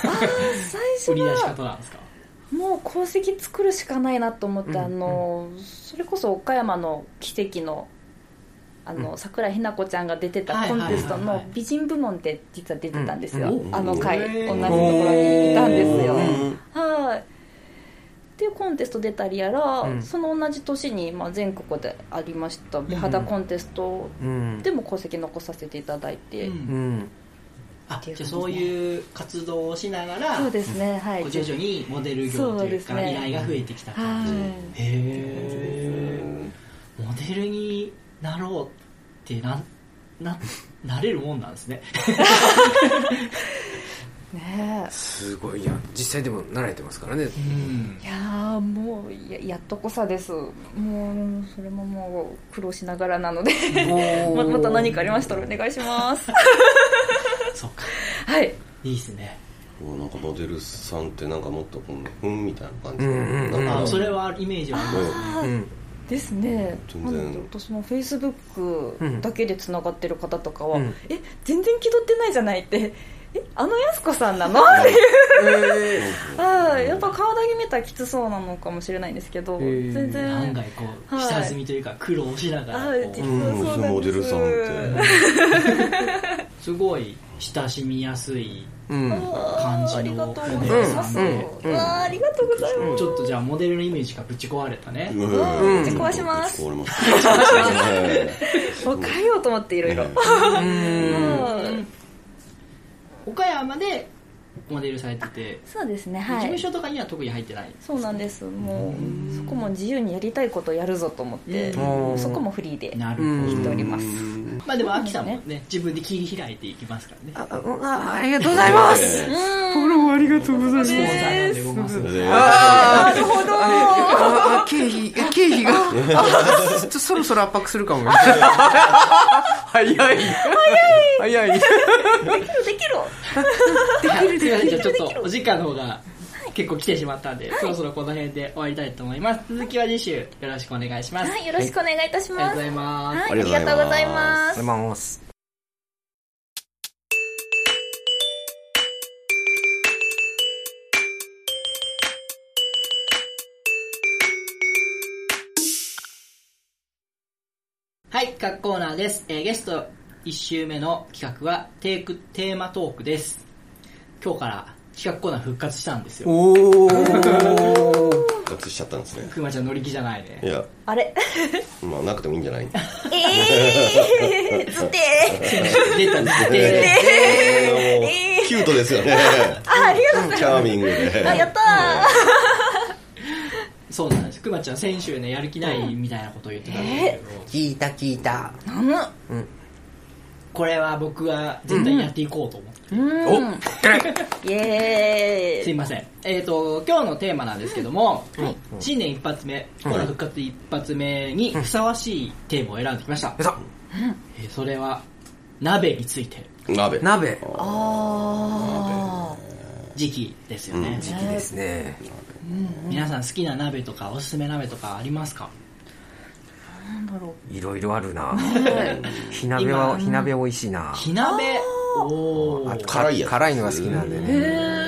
[SPEAKER 6] 最初
[SPEAKER 2] 売り出し
[SPEAKER 6] は
[SPEAKER 2] 方なんですか。
[SPEAKER 6] もう功績作るしかないなと思って、あのそれこそ岡山の奇跡の。あの桜井日奈子ちゃんが出て
[SPEAKER 2] は
[SPEAKER 6] た
[SPEAKER 2] いはい
[SPEAKER 6] コン
[SPEAKER 2] はい
[SPEAKER 6] テストの美人部門で実は出てたんですよ、
[SPEAKER 2] うん
[SPEAKER 6] あの回同じ
[SPEAKER 2] へー
[SPEAKER 6] ところにいたんですよ
[SPEAKER 5] お
[SPEAKER 6] はいっていうコンテスト出たりやら、
[SPEAKER 5] うん
[SPEAKER 6] その同じ年に、まあ、全国でありました美肌コンテスト
[SPEAKER 5] うん
[SPEAKER 6] でも功績残させていただいて、
[SPEAKER 2] うん
[SPEAKER 5] うん
[SPEAKER 2] あじゃあそういう活動をしながら
[SPEAKER 6] そうですねはい
[SPEAKER 2] こう徐々にモデル業というか
[SPEAKER 6] そうですね
[SPEAKER 2] 依頼が増えてきた感じ、
[SPEAKER 6] は
[SPEAKER 2] へえモデルになろうってなんななれるもんなん
[SPEAKER 6] [laughs]
[SPEAKER 2] ですね
[SPEAKER 6] いね
[SPEAKER 5] すごいや実際でも慣れてますからね
[SPEAKER 2] うん
[SPEAKER 6] えいやーもうややっとこさですもうそれももう苦労しながらなのでま [laughs] また何かありましたらお願いします
[SPEAKER 2] そうか
[SPEAKER 6] はい
[SPEAKER 2] いいですね
[SPEAKER 4] もうなんかモデルさんってなんかもっとこのふんみたいな感じ
[SPEAKER 5] うんうんうん
[SPEAKER 4] なん
[SPEAKER 2] あ
[SPEAKER 4] か
[SPEAKER 2] それはイメージはありますね
[SPEAKER 5] うん
[SPEAKER 6] ですね
[SPEAKER 4] 全
[SPEAKER 6] な
[SPEAKER 4] 然
[SPEAKER 6] ので私もフェイスブックだけでつながってる方とかは、
[SPEAKER 5] うん
[SPEAKER 6] え全然気取ってないじゃないってえあのやす子さんなのっていう [laughs] ああやっぱ顔だけ見たらきつそうなのかもしれないんですけど、
[SPEAKER 5] ー
[SPEAKER 6] 全然
[SPEAKER 2] 案外こう
[SPEAKER 6] はい
[SPEAKER 2] 下積みというか苦労しながら
[SPEAKER 6] はい
[SPEAKER 2] こう
[SPEAKER 6] 実はそうなんです
[SPEAKER 4] うんモデルさんって
[SPEAKER 2] すごい親しみやすい
[SPEAKER 5] うん
[SPEAKER 6] あーあ
[SPEAKER 2] 感じ
[SPEAKER 6] りが
[SPEAKER 2] の
[SPEAKER 6] とう
[SPEAKER 2] モ
[SPEAKER 6] ござ
[SPEAKER 2] デ
[SPEAKER 6] い
[SPEAKER 2] ル
[SPEAKER 6] ま
[SPEAKER 2] さん
[SPEAKER 6] す、
[SPEAKER 2] で、
[SPEAKER 5] うん
[SPEAKER 6] わあありがとうございます、
[SPEAKER 2] ちょっとじゃあモデルのイメージがぶち壊れたね、
[SPEAKER 4] うん
[SPEAKER 6] ぶち壊します
[SPEAKER 4] ぶち壊れますね
[SPEAKER 6] もう変えようと思っていろいろうん
[SPEAKER 2] 岡山でモデルされてて、
[SPEAKER 6] そうですね
[SPEAKER 2] 事
[SPEAKER 6] は
[SPEAKER 2] 務
[SPEAKER 6] い
[SPEAKER 2] 所とかには特に入ってない
[SPEAKER 6] そうなんですもうそこも自由にやりたいことをやるぞと思って
[SPEAKER 5] うん
[SPEAKER 6] そこもフリーで
[SPEAKER 2] なる
[SPEAKER 5] うん
[SPEAKER 6] 行っております
[SPEAKER 2] まあでも秋さんもね自分で切り開いていきますからね
[SPEAKER 5] あうんあありがとうございますフォローありがとうございます
[SPEAKER 2] スポンサーなんでございます
[SPEAKER 5] ああなるほどああ経費経費があちょっとそろそろ圧迫するかも早い早い早い
[SPEAKER 6] できるできる
[SPEAKER 2] はいすいませんじゃあちょっとお時間の方が結構来てしまったんでそろそろこの辺で終わりたいと思います続きは次週よろしくお願いしますあ
[SPEAKER 6] は
[SPEAKER 2] り
[SPEAKER 6] いよろしくお願いいたし
[SPEAKER 2] がとう
[SPEAKER 6] ます
[SPEAKER 2] ございます
[SPEAKER 6] はい
[SPEAKER 4] あ
[SPEAKER 6] あ
[SPEAKER 4] り
[SPEAKER 6] り
[SPEAKER 4] が
[SPEAKER 6] が
[SPEAKER 4] と
[SPEAKER 6] と
[SPEAKER 4] う
[SPEAKER 6] う
[SPEAKER 4] ござ
[SPEAKER 6] ござ
[SPEAKER 4] い
[SPEAKER 6] い
[SPEAKER 4] ま
[SPEAKER 6] ますす
[SPEAKER 5] ます
[SPEAKER 2] はい、各コーナーです。えーゲスト1週目の企画はテーク、テーマトークです。今日から企画コーナー復活したんですよ。
[SPEAKER 5] おお
[SPEAKER 4] 復活しちゃったんですね
[SPEAKER 2] くまちゃん乗り気じゃないね
[SPEAKER 4] い。や
[SPEAKER 6] あれ
[SPEAKER 4] まあなくてもいいんじゃない
[SPEAKER 6] えー、つって
[SPEAKER 2] 出
[SPEAKER 6] [laughs]
[SPEAKER 2] た、出て
[SPEAKER 4] え
[SPEAKER 2] る。
[SPEAKER 4] ーもうキュートですよね
[SPEAKER 6] あありがとう
[SPEAKER 4] チャーミング
[SPEAKER 6] あやっ
[SPEAKER 4] で
[SPEAKER 6] たー
[SPEAKER 2] そうなんです。くまちゃん先週ね、やる気ないみたいなことを言ってたんですけど、
[SPEAKER 5] 聞いた聞いた
[SPEAKER 6] なんの
[SPEAKER 2] これは僕は絶対やっていこうと思って。
[SPEAKER 6] イエ
[SPEAKER 2] す
[SPEAKER 6] ー
[SPEAKER 2] い
[SPEAKER 6] イ
[SPEAKER 2] ません。えっ、と、今日のテーマなんですけども、新年一発目、コーナー復活一発目にふさわしいテーマを選んできました。
[SPEAKER 5] やった
[SPEAKER 2] えーそれは、鍋について、
[SPEAKER 4] 鍋
[SPEAKER 5] 鍋
[SPEAKER 6] あ
[SPEAKER 2] 時期ですよね。
[SPEAKER 5] いいですね
[SPEAKER 2] 皆さん好きな鍋とかおすすめ鍋とかありますか
[SPEAKER 6] ーなんだろ
[SPEAKER 5] いろいろあるな
[SPEAKER 6] う
[SPEAKER 5] 火鍋は火鍋美味しいな
[SPEAKER 2] 火鍋お
[SPEAKER 5] あ
[SPEAKER 2] ー
[SPEAKER 5] と
[SPEAKER 4] 辛いやつ
[SPEAKER 5] 辛いのが好きなんでね
[SPEAKER 6] へ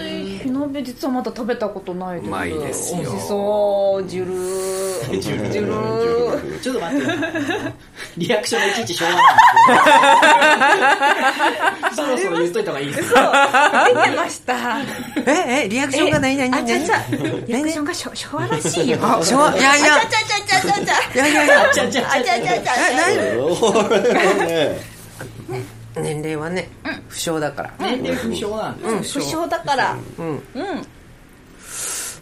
[SPEAKER 6] ー火鍋実はまだ食べたことないです
[SPEAKER 5] うまいですよ
[SPEAKER 6] 美味しそうジュルージュルー
[SPEAKER 2] ちょっと待ってください。リアクションのいちいちしょうが
[SPEAKER 5] [laughs]
[SPEAKER 2] ない。そろそろ言っといた方がいいですよ。
[SPEAKER 6] 出てました
[SPEAKER 5] ええリアクションがないない
[SPEAKER 6] あ
[SPEAKER 5] ない
[SPEAKER 6] ち
[SPEAKER 5] な
[SPEAKER 6] ゃ
[SPEAKER 5] い
[SPEAKER 6] ちゃリアクションがしょ昭和らしいよ
[SPEAKER 5] あ昭和いやいや
[SPEAKER 6] あちゃちゃちゃちゃちゃ
[SPEAKER 5] いやいやい
[SPEAKER 6] [laughs]
[SPEAKER 2] あ
[SPEAKER 5] や
[SPEAKER 2] ちゃちゃ
[SPEAKER 6] あ
[SPEAKER 2] ち
[SPEAKER 6] ちゃ
[SPEAKER 2] ゃ
[SPEAKER 6] ち
[SPEAKER 2] ちゃ。
[SPEAKER 6] ゃちゃちゃ
[SPEAKER 4] ね
[SPEAKER 5] 年齢はね不詳だから
[SPEAKER 2] 年齢不詳なんですね。
[SPEAKER 6] 不詳だから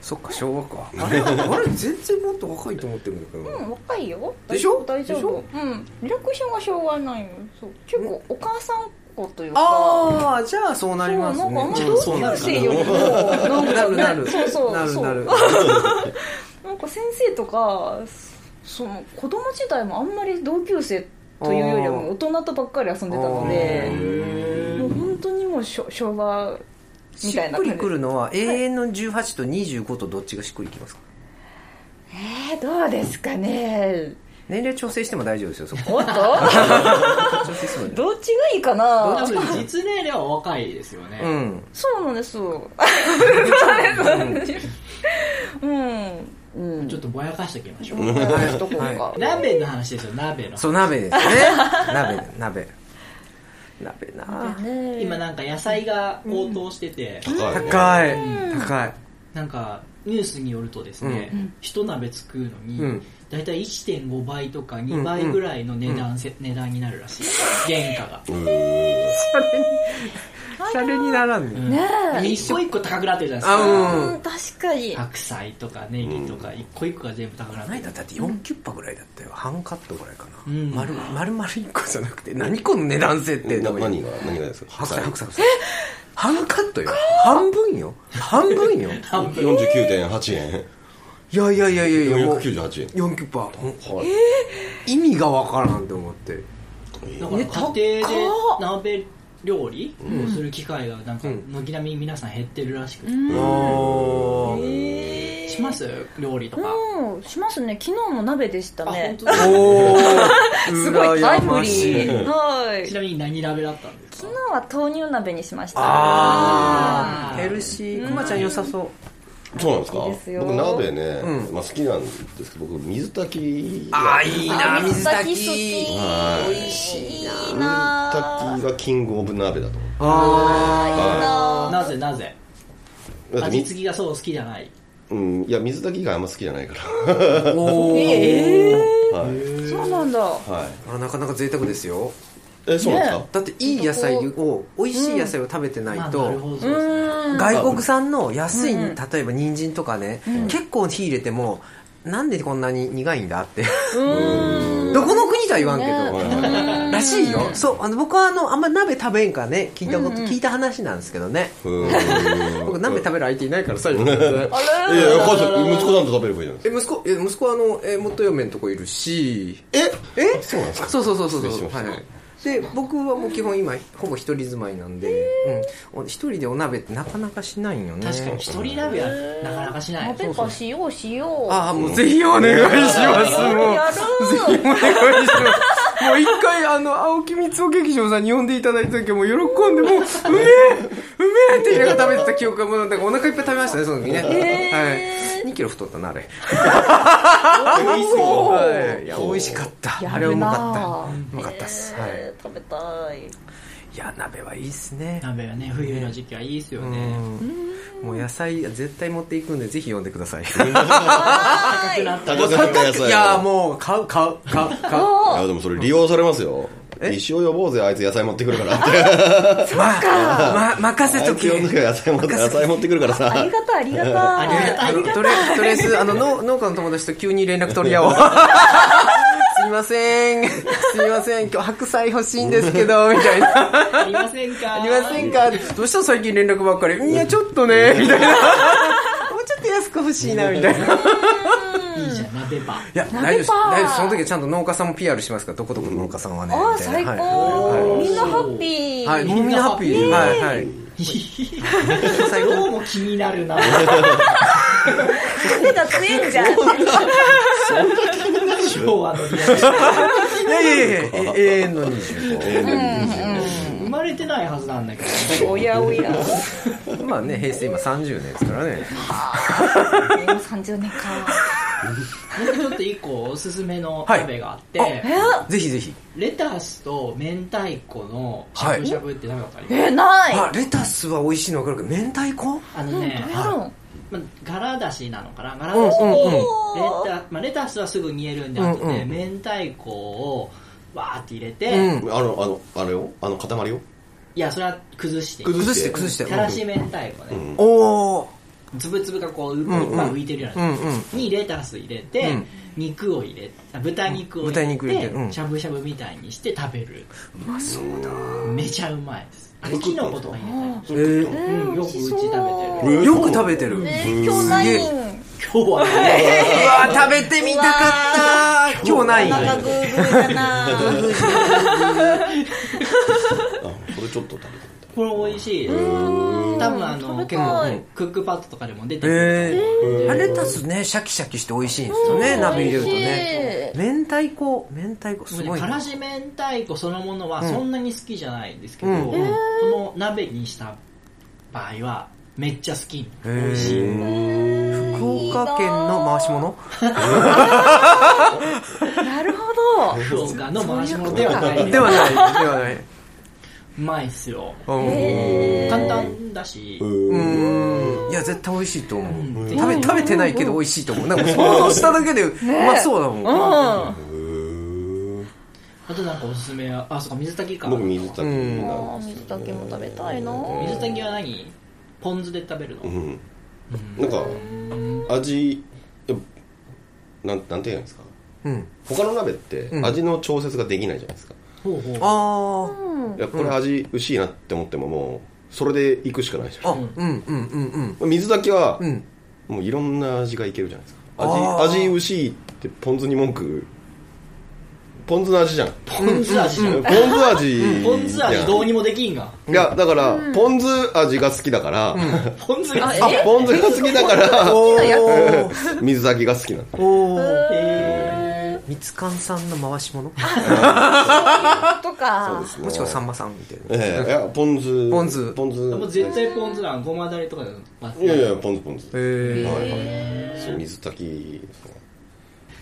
[SPEAKER 5] そっか昭和かあれあれ全然もっと若いと思ってるんだけど
[SPEAKER 6] うん若いよ
[SPEAKER 5] でしょ
[SPEAKER 6] 大丈
[SPEAKER 5] でし
[SPEAKER 6] 夫
[SPEAKER 5] ょ
[SPEAKER 6] うんリラクションがしょうがないのそう結構お母さん子というか
[SPEAKER 5] ああじゃあそうな
[SPEAKER 6] そ
[SPEAKER 5] り
[SPEAKER 6] うな
[SPEAKER 5] ま
[SPEAKER 6] ん
[SPEAKER 5] す
[SPEAKER 6] かあん
[SPEAKER 5] ね
[SPEAKER 6] ま
[SPEAKER 2] じゃあそうなる
[SPEAKER 6] 同級
[SPEAKER 2] かな
[SPEAKER 6] 生よりもなん
[SPEAKER 5] な
[SPEAKER 6] か
[SPEAKER 5] るなる
[SPEAKER 6] [laughs] そうそう
[SPEAKER 5] なる
[SPEAKER 6] そう
[SPEAKER 5] なる
[SPEAKER 6] [laughs] なんか先生とかその子供時代もあんまり同級生というよりはもう大人とばっかり遊んでたのでもう本当にもうしょ昭和み
[SPEAKER 5] した
[SPEAKER 6] い
[SPEAKER 5] っ
[SPEAKER 6] な
[SPEAKER 5] く
[SPEAKER 6] 感じ
[SPEAKER 5] りくるのは永遠の18と25とどっちがしっくりきますか
[SPEAKER 6] えー、どうですかね
[SPEAKER 5] 年齢調整しても大丈夫ですよそこ
[SPEAKER 6] おっと
[SPEAKER 5] 調整しても大丈
[SPEAKER 6] どっちがいいかな
[SPEAKER 2] 多分実年齢は若いですよね。
[SPEAKER 5] 夫うん
[SPEAKER 6] そうなんですよそうなんですうんうん
[SPEAKER 2] ちょっとぼやかしておきましょう。
[SPEAKER 6] はいどこか、
[SPEAKER 5] は
[SPEAKER 2] 鍋の話ですよ、鍋の。
[SPEAKER 5] そう鍋 [laughs] ですね鍋鍋鍋な
[SPEAKER 6] ね
[SPEAKER 2] 今なんか野菜が高騰してて、
[SPEAKER 5] 高い高い
[SPEAKER 2] なんかニュースによるとですね、一鍋作るの
[SPEAKER 5] う
[SPEAKER 2] に
[SPEAKER 5] ん、
[SPEAKER 2] だいたい1.5倍とか2倍ぐらいの値段せ、値段になるらしい。原価が。
[SPEAKER 5] シャレにならんね
[SPEAKER 2] で一個一個高くなってるじゃない
[SPEAKER 5] あ
[SPEAKER 2] ですか。
[SPEAKER 5] う
[SPEAKER 6] うんん確かに
[SPEAKER 2] 白菜とかネギとか一個一個が全部高くなって
[SPEAKER 5] 前
[SPEAKER 2] る。
[SPEAKER 5] だって4キュッパぐらいだったよ半カットぐらいかな、
[SPEAKER 2] ん
[SPEAKER 5] 丸丸々1個じゃなくて何この値段設定
[SPEAKER 4] な
[SPEAKER 5] とか言う
[SPEAKER 4] 何が何がですか
[SPEAKER 5] 白菜白菜白菜半カットよ半分よ半分 [laughs] よ
[SPEAKER 2] 半分。
[SPEAKER 4] 49.8円
[SPEAKER 5] いやいやいやいやいやもう4
[SPEAKER 4] 498円
[SPEAKER 5] キュッパ意味がわからんって思って
[SPEAKER 2] だから家庭で鍋料理をする機会がなんか
[SPEAKER 5] うん
[SPEAKER 2] 軒並み皆さん減ってるらしくて、
[SPEAKER 5] おー
[SPEAKER 2] します料理とか、
[SPEAKER 6] うんしますね昨日も鍋でした
[SPEAKER 2] あ本
[SPEAKER 6] ね
[SPEAKER 2] 当だ
[SPEAKER 5] おー
[SPEAKER 6] すごいタイ
[SPEAKER 5] 羨
[SPEAKER 6] ムリ
[SPEAKER 5] ましい
[SPEAKER 6] ーはい
[SPEAKER 2] ちなみに何鍋だったんですか
[SPEAKER 6] 昨日は豆乳鍋にしました
[SPEAKER 5] あ
[SPEAKER 2] うん
[SPEAKER 5] ーヘルシーくまちゃん良さそう
[SPEAKER 4] そうなん
[SPEAKER 6] いいで
[SPEAKER 4] ですす
[SPEAKER 6] よ
[SPEAKER 4] か僕鍋ね
[SPEAKER 5] う
[SPEAKER 4] まあ好きなんですけど僕水炊き
[SPEAKER 5] あ
[SPEAKER 4] が
[SPEAKER 5] あいいな水炊き
[SPEAKER 4] はい
[SPEAKER 6] 美味しいな
[SPEAKER 4] 水炊きがキングオブ鍋だと思
[SPEAKER 5] あ
[SPEAKER 2] なぜなぜ
[SPEAKER 4] うだって
[SPEAKER 2] 味
[SPEAKER 4] み
[SPEAKER 2] 付きがそう好きじゃない
[SPEAKER 4] うんいや水炊きがあんま好きじゃないか
[SPEAKER 5] ーおー
[SPEAKER 4] らはい
[SPEAKER 6] そうなんだ
[SPEAKER 4] はい
[SPEAKER 5] あれなかなか贅沢ですよ
[SPEAKER 4] えそうなんですか
[SPEAKER 5] だっていい野菜を美味しい野菜を食べてない
[SPEAKER 2] まあなる
[SPEAKER 5] と
[SPEAKER 2] ほどそうですね
[SPEAKER 5] 外国産の安い例えば人参とかね結構火入れてもなんでこんなに苦いんだってどこの国とは言わんけど
[SPEAKER 4] はいはいはい
[SPEAKER 5] らしいよそうあの僕はあのあんま鍋食べんからね聞いたこと聞いた話なんですけどね
[SPEAKER 4] うん
[SPEAKER 5] 僕鍋食べる相手いないから最後え
[SPEAKER 4] いやいや母ちゃん息子さんと食べればいいじゃないですか
[SPEAKER 5] 息子え息子はあのえ元嫁のとこいるし
[SPEAKER 4] え
[SPEAKER 5] え
[SPEAKER 4] そうなんですか
[SPEAKER 5] そうそうそうそうそう
[SPEAKER 4] 失礼しました
[SPEAKER 5] はいはいで僕はもう基本今ほぼ一人住まいなんで、うん、お一人でお鍋ってなかなかしないんよね
[SPEAKER 2] 確かに一人鍋はなかなかしない
[SPEAKER 6] 鍋かしようしよう
[SPEAKER 5] ああもうぜひお願いしますもう [laughs] お
[SPEAKER 6] やる
[SPEAKER 5] 願いしますもう一回あの青木光夫劇場さんに呼んでいただいた時はもう喜 [laughs] んでもううめえうめえって言いながら食べてた記憶がもうなんかお腹いっぱい食べましたねその時ね、はい2キロ太ったなあれ
[SPEAKER 4] いつも
[SPEAKER 5] はいいや美味しかったあれはうまか
[SPEAKER 6] やるなあ
[SPEAKER 5] ったうまかったっす、
[SPEAKER 6] えー食べたい
[SPEAKER 5] はい、いや鍋はいいっすね
[SPEAKER 2] 鍋はね、冬の時期はいいですよ
[SPEAKER 5] う
[SPEAKER 2] ね。
[SPEAKER 5] んもう野菜絶対持っていくんでぜひ読んでください
[SPEAKER 2] 高くなった。
[SPEAKER 4] 高くなった野菜を
[SPEAKER 5] [laughs] いやもう買う買う買う買う
[SPEAKER 4] いやでもそれ利用されますよ
[SPEAKER 5] え
[SPEAKER 4] 一生呼ぼうぜあいつ野菜持ってくるからって
[SPEAKER 5] まあ、ま、任せ
[SPEAKER 4] あ
[SPEAKER 5] と
[SPEAKER 4] いつ
[SPEAKER 5] け
[SPEAKER 4] 呼んでくる野菜持って野菜持ってくるから
[SPEAKER 6] あ
[SPEAKER 4] さ
[SPEAKER 6] りがたいありがたい
[SPEAKER 5] あのとりあえずとりあえずあの農農家の友達と急に連絡取り合 [laughs] おうすいませんすいません今日白菜欲しいんですけどみたいな
[SPEAKER 2] ありませんか
[SPEAKER 5] ありませんかどうした最近連絡ばっかりいやちょっとねみたい [laughs] なもうちょっと安く欲しいなみたいない
[SPEAKER 2] いじゃん、鍋ば。
[SPEAKER 5] や大
[SPEAKER 6] ナ
[SPEAKER 5] 丈夫で
[SPEAKER 6] ゲ
[SPEAKER 5] す
[SPEAKER 6] パー
[SPEAKER 5] 大丈夫ですその時はちゃんと農家さんも PR しますからどこどこの農家さんはね
[SPEAKER 6] ああ
[SPEAKER 5] みた
[SPEAKER 6] 最
[SPEAKER 5] いな
[SPEAKER 6] 高、
[SPEAKER 5] はい
[SPEAKER 6] みんなハッピー、
[SPEAKER 5] はい、はい、もうみんなハッピーはいはい最高
[SPEAKER 2] どうも気になるな。
[SPEAKER 6] 手が強いんじゃん
[SPEAKER 5] [laughs]
[SPEAKER 2] 昭和のリアル
[SPEAKER 5] いやいやいや永遠の25
[SPEAKER 2] 生まれてないはずなんだけど。
[SPEAKER 6] おやおや
[SPEAKER 5] まあね、平成今30年ですからね。
[SPEAKER 6] 30年か
[SPEAKER 2] 僕ちょっと一個おすすめの
[SPEAKER 5] はい
[SPEAKER 2] 鍋があって、
[SPEAKER 5] ぜひぜひ。
[SPEAKER 2] レタスと明太子のしゃぶしゃぶって何かわかります、
[SPEAKER 6] えない
[SPEAKER 5] あ、レタスは美味しいのわかるけど、明太子
[SPEAKER 2] あの
[SPEAKER 6] うん
[SPEAKER 2] ね、
[SPEAKER 6] どうやろう
[SPEAKER 2] まあ、ガラだしなのかなガラ
[SPEAKER 5] うん
[SPEAKER 2] だし
[SPEAKER 5] うん
[SPEAKER 2] に
[SPEAKER 5] うん
[SPEAKER 2] レタ,、まあ、レタスはすぐ煮えるんであって、
[SPEAKER 5] うんうん
[SPEAKER 2] 明太子をわーって入れて、
[SPEAKER 5] うん
[SPEAKER 4] あのあのあれよあの塊よ
[SPEAKER 2] いやそれは崩して
[SPEAKER 5] 崩して、崩して。
[SPEAKER 2] たらし明太子ね、
[SPEAKER 5] おー。
[SPEAKER 2] つぶつぶがこう、
[SPEAKER 5] んうん
[SPEAKER 2] まあ浮いてるよう
[SPEAKER 5] う
[SPEAKER 2] な、
[SPEAKER 5] んうん。
[SPEAKER 2] にレタス入れて、
[SPEAKER 5] うん
[SPEAKER 2] 肉を入れあ豚肉を
[SPEAKER 5] うん
[SPEAKER 2] 入れ
[SPEAKER 5] 豚
[SPEAKER 2] て
[SPEAKER 5] 肉入れてうん
[SPEAKER 2] しゃぶしゃぶみたいにして食べる
[SPEAKER 4] そうだ
[SPEAKER 2] めちゃうまいですあとキノコとか入れたり
[SPEAKER 5] えー、
[SPEAKER 2] うん、よくうち食べてる。
[SPEAKER 5] よく食べてる。うわ
[SPEAKER 6] えー今日ないん
[SPEAKER 5] す
[SPEAKER 2] 今日はね、
[SPEAKER 5] ー、食べてみたかった今日ない。
[SPEAKER 6] お腹グーグーだな
[SPEAKER 4] あそれちょっと食べて
[SPEAKER 2] これ美味しい。多分あの、結
[SPEAKER 6] 食べたい
[SPEAKER 2] 構、クックパッドとかでも出てくる。
[SPEAKER 5] えー、あレタスね、シャキシャキして美味しいんですよね、鍋入れるとね。明太子、明太子、す
[SPEAKER 2] 僕
[SPEAKER 5] ご
[SPEAKER 2] ね
[SPEAKER 5] い
[SPEAKER 2] か
[SPEAKER 5] な。
[SPEAKER 2] らし明太子そのものはそんなに好きじゃないんですけど、
[SPEAKER 5] うん
[SPEAKER 2] この鍋にした場合はめっちゃ好き。
[SPEAKER 5] えー、福岡県の回し物
[SPEAKER 6] なるほど
[SPEAKER 2] 福岡の回し物ではない。
[SPEAKER 5] ではない、ではない。
[SPEAKER 2] うまいっすよ。
[SPEAKER 5] うん
[SPEAKER 2] 簡単だし、
[SPEAKER 5] うんいや絶対美味しいと思う、食べ食べてないけど美味しいと思うなんか想像しただけでうまそうだもん、
[SPEAKER 2] あとなんかおすすめは、あ、そうか、水炊きか。
[SPEAKER 4] 僕
[SPEAKER 2] 水
[SPEAKER 4] 水炊きな
[SPEAKER 6] あー水炊きも食べたいな
[SPEAKER 2] 炊きは何ポン酢で食べるの、
[SPEAKER 4] うんなんか味やっぱなんなんて言うんですか
[SPEAKER 5] うん、
[SPEAKER 4] 他の鍋って味の調節ができないじゃないですか
[SPEAKER 2] ほうほう。
[SPEAKER 5] あ
[SPEAKER 4] いやこれ味薄いなって思ってももうそれでいくしかないじゃ
[SPEAKER 5] ああうんうんうんうん
[SPEAKER 4] ん水だけは
[SPEAKER 5] うん
[SPEAKER 4] もういろんな味がいけるじゃないです
[SPEAKER 5] あ
[SPEAKER 4] か味味薄いってポン酢に文句ポン酢の味じゃん [laughs] ポ
[SPEAKER 2] ポン酢味じゃん。
[SPEAKER 4] ン酢味
[SPEAKER 2] ポン酢
[SPEAKER 4] じゃ
[SPEAKER 2] 味
[SPEAKER 4] ん
[SPEAKER 2] どうにもできんが。
[SPEAKER 4] いやだからポン酢味が好きだから
[SPEAKER 2] ポン酢が。
[SPEAKER 4] あポン酢が好きだから
[SPEAKER 5] おー
[SPEAKER 4] 水炊きが好きなんだ
[SPEAKER 5] おー
[SPEAKER 2] え
[SPEAKER 5] みつかんさんの回し物
[SPEAKER 6] とか
[SPEAKER 5] もしくはさんまさんみたいな
[SPEAKER 4] ええいやポン酢
[SPEAKER 5] ポン酢
[SPEAKER 4] ポン酢
[SPEAKER 2] ーもう絶対ポン酢なんごまだれとかじゃ
[SPEAKER 4] いやい
[SPEAKER 2] ん。
[SPEAKER 4] やポン酢ポン酢
[SPEAKER 5] へえ
[SPEAKER 4] はいはいそう水炊きですね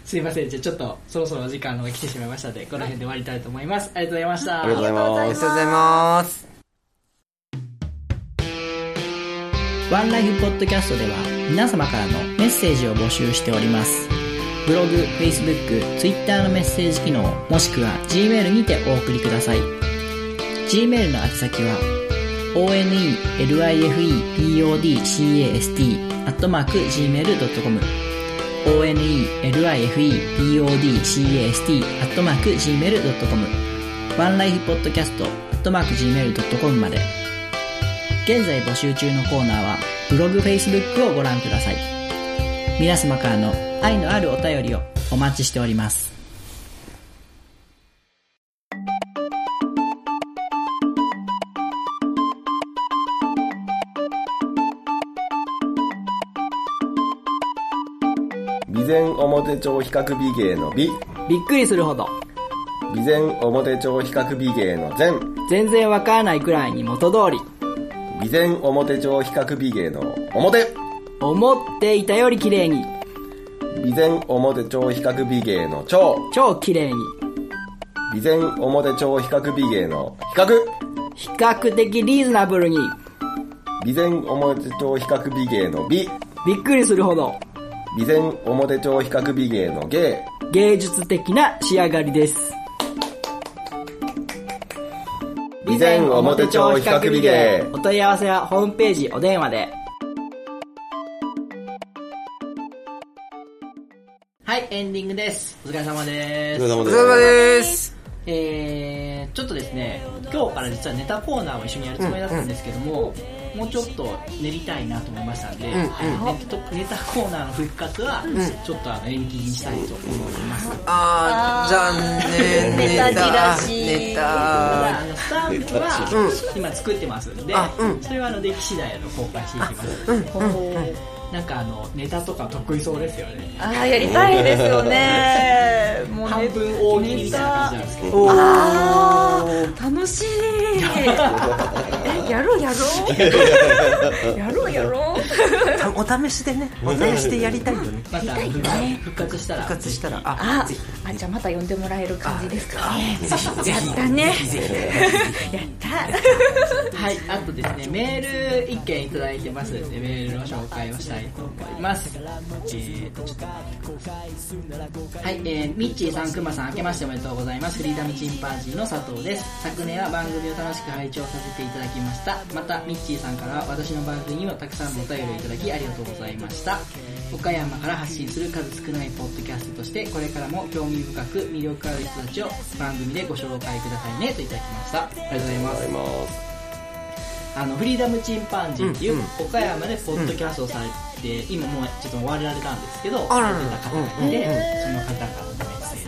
[SPEAKER 2] すいません、じゃあちょっとそろそろお時間が来てしまいましたので、この辺で終わりたいと思います。ありがとうございました。
[SPEAKER 4] ありがとうござい
[SPEAKER 5] あり
[SPEAKER 4] ま
[SPEAKER 5] が
[SPEAKER 4] す
[SPEAKER 5] とうございます
[SPEAKER 2] ワンライフポッドキャストでは皆様からのメッセージを募集しております。ブログ、Facebook、Twitter のメッセージ機能、もしくは Gmail にてお送りください。Gmail の宛先は onelifepodcast.gmail.com onelifepodcast.gmail.com onelifepodcast.gmail.com まで。現在募集中のコーナーはブログ、Facebook をご覧ください。皆様からの愛のあるお便りをお待ちしております。
[SPEAKER 3] 備前表町比較美芸の美
[SPEAKER 2] びっくりするほど、
[SPEAKER 3] 備前表町比較美芸の善
[SPEAKER 2] 全然わからないくらいに元通り、
[SPEAKER 3] 備前表町比較美芸の表
[SPEAKER 2] 思っていたより綺麗に。
[SPEAKER 4] 備前表町比較美芸の町
[SPEAKER 2] 超綺麗に
[SPEAKER 4] 備前表町比較美芸の比較
[SPEAKER 2] 比較的リーズナブルに
[SPEAKER 4] 備前表町比較美芸の美
[SPEAKER 2] びっくりするほど
[SPEAKER 4] 備前表町比較美芸の芸
[SPEAKER 2] 芸術的な仕上がりです
[SPEAKER 4] 備前表町比較美芸
[SPEAKER 2] お問い合わせはホームページお電話ではいエンディングですお疲れ様です
[SPEAKER 4] お疲れ様
[SPEAKER 5] お
[SPEAKER 4] で
[SPEAKER 5] 疲れ様です
[SPEAKER 2] えー、ちょっとですね今日から実はネタコーナーを一緒にやるつもりだったんですけども、もうちょっと練りたいなと思いましたんで、
[SPEAKER 5] んうん
[SPEAKER 2] ネタネタコーナーの復活は、ちょっとあの延期にしたいと思います、
[SPEAKER 5] あー残念
[SPEAKER 6] ネタじらし
[SPEAKER 5] ネタ
[SPEAKER 2] あのスタンプは今作ってますんで、
[SPEAKER 5] あうん
[SPEAKER 2] それはあの出来次第あの公開していきます、なんかあのネタとか得意そうですよね
[SPEAKER 6] ああやりたいですよね
[SPEAKER 5] [laughs]
[SPEAKER 6] もう
[SPEAKER 2] 半
[SPEAKER 6] ね
[SPEAKER 2] 分大喜利みたいな感じなんですけど
[SPEAKER 6] あー楽しい
[SPEAKER 2] [laughs]
[SPEAKER 6] えやろうやろ
[SPEAKER 5] [laughs]
[SPEAKER 6] うやろうやろう
[SPEAKER 5] お試しでねお試しでやりたいよね
[SPEAKER 2] またあの復活したら
[SPEAKER 5] 復活したらあ
[SPEAKER 6] あ
[SPEAKER 5] ぜひ
[SPEAKER 6] あじゃあまた呼んでもらえる感じですかね
[SPEAKER 5] ぜひぜ
[SPEAKER 6] や
[SPEAKER 5] ひ
[SPEAKER 6] ったね
[SPEAKER 5] ぜひ
[SPEAKER 6] [laughs] やった
[SPEAKER 2] はい、あとですね、メール一件いただいてますので、メールの紹介をしたいと思います。えーと、ちょっと待ってください。はい、えー、ミッチーさん、くまさん、明けましておめでとうございます。フリーダムチンパンジーの佐藤です。昨年は番組を楽しく拝聴させていただきました。また、ミッチーさんからは私の番組にもたくさんのお便りをいただきありがとうございました。岡山から発信する数少ないポッドキャストとして、これからも興味深く魅力ある人たちを番組でご紹介くださいねといただきました。ありがとうございます。
[SPEAKER 4] ございます
[SPEAKER 2] あのフリーダムチンパンジーっていう岡山でポッドキャストをされて、今もうちょっと終わられたんですけど
[SPEAKER 5] あ
[SPEAKER 2] さ
[SPEAKER 5] ら
[SPEAKER 2] れ
[SPEAKER 5] ら
[SPEAKER 2] てた方がいて、その方からのメッセージ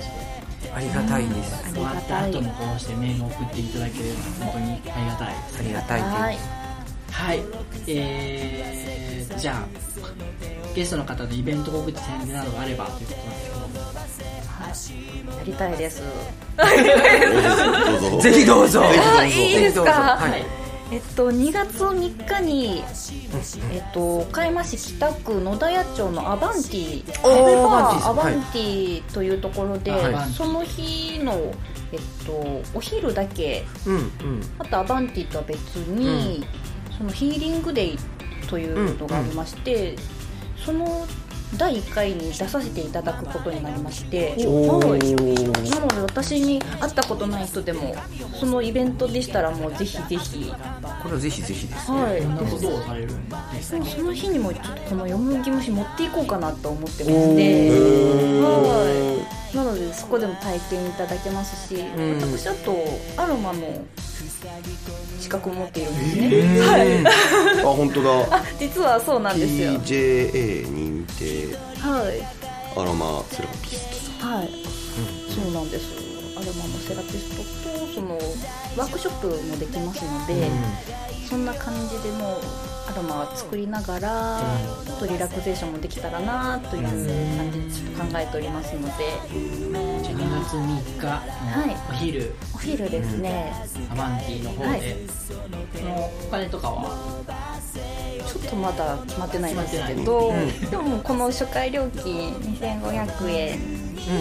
[SPEAKER 2] で
[SPEAKER 5] ありがたいです
[SPEAKER 6] あり
[SPEAKER 2] 終わ
[SPEAKER 6] が
[SPEAKER 2] った
[SPEAKER 6] たい
[SPEAKER 2] 後もこうしてメールを送っていただけるのは本当にありがたいです
[SPEAKER 5] ありがたい
[SPEAKER 6] は
[SPEAKER 5] で
[SPEAKER 6] い
[SPEAKER 2] はいえー、じゃあゲストの方のイベント告知宣伝などがあればということなんですけど
[SPEAKER 6] やりたいです
[SPEAKER 4] どうぞ
[SPEAKER 5] すぜひどうぞ
[SPEAKER 6] あいいですか
[SPEAKER 5] はい
[SPEAKER 6] えっと、2月3日に、えっと、岡山市北区野田屋町のアバンティ
[SPEAKER 5] おー
[SPEAKER 6] カフェバー
[SPEAKER 5] ア
[SPEAKER 6] ア
[SPEAKER 5] バ
[SPEAKER 6] バ
[SPEAKER 5] ン
[SPEAKER 6] ン
[SPEAKER 5] ティ
[SPEAKER 6] ティというところで、
[SPEAKER 2] はい
[SPEAKER 6] その日の、えっと、お昼だけ
[SPEAKER 5] うんうん
[SPEAKER 6] あとアバンティとは別に、そのヒーリングデイというのがありまして、その第1回に出させていただくことになりまして、はいなので私に会ったことない人でもそのイベントでしたらもうぜひぜひ。
[SPEAKER 5] これはぜひぜひですね
[SPEAKER 6] はい、
[SPEAKER 2] どんなこ
[SPEAKER 6] で
[SPEAKER 2] とをされるんです
[SPEAKER 6] そ
[SPEAKER 2] か
[SPEAKER 6] のその日にもちょっとこのよもぎ虫持っていこうかなと思ってましてはいなのでそこでも体験いただけますし、
[SPEAKER 5] ん
[SPEAKER 6] 私あとアロマの資格を持っているんですね、
[SPEAKER 4] あ本当だ
[SPEAKER 6] あ実はそうなんですよ
[SPEAKER 4] TJA 認定
[SPEAKER 6] はい
[SPEAKER 4] アロマセラピス
[SPEAKER 6] はい、そうなんですアロマのセラピストとそのワークショップもできますので、そんな感じでもうアロマを作りながら、ちょっとリラクゼーションもできたらなという感じでちょっと考えておりますので、
[SPEAKER 2] じゃあ2月3日
[SPEAKER 6] い
[SPEAKER 2] のお昼
[SPEAKER 6] お昼ですね、
[SPEAKER 2] アバンティの方で、
[SPEAKER 6] はい
[SPEAKER 2] そのお金とかは
[SPEAKER 6] ちょっとまだ決まってないんですけ
[SPEAKER 2] 決
[SPEAKER 6] ど、でももうこの初回料金2500円ちょ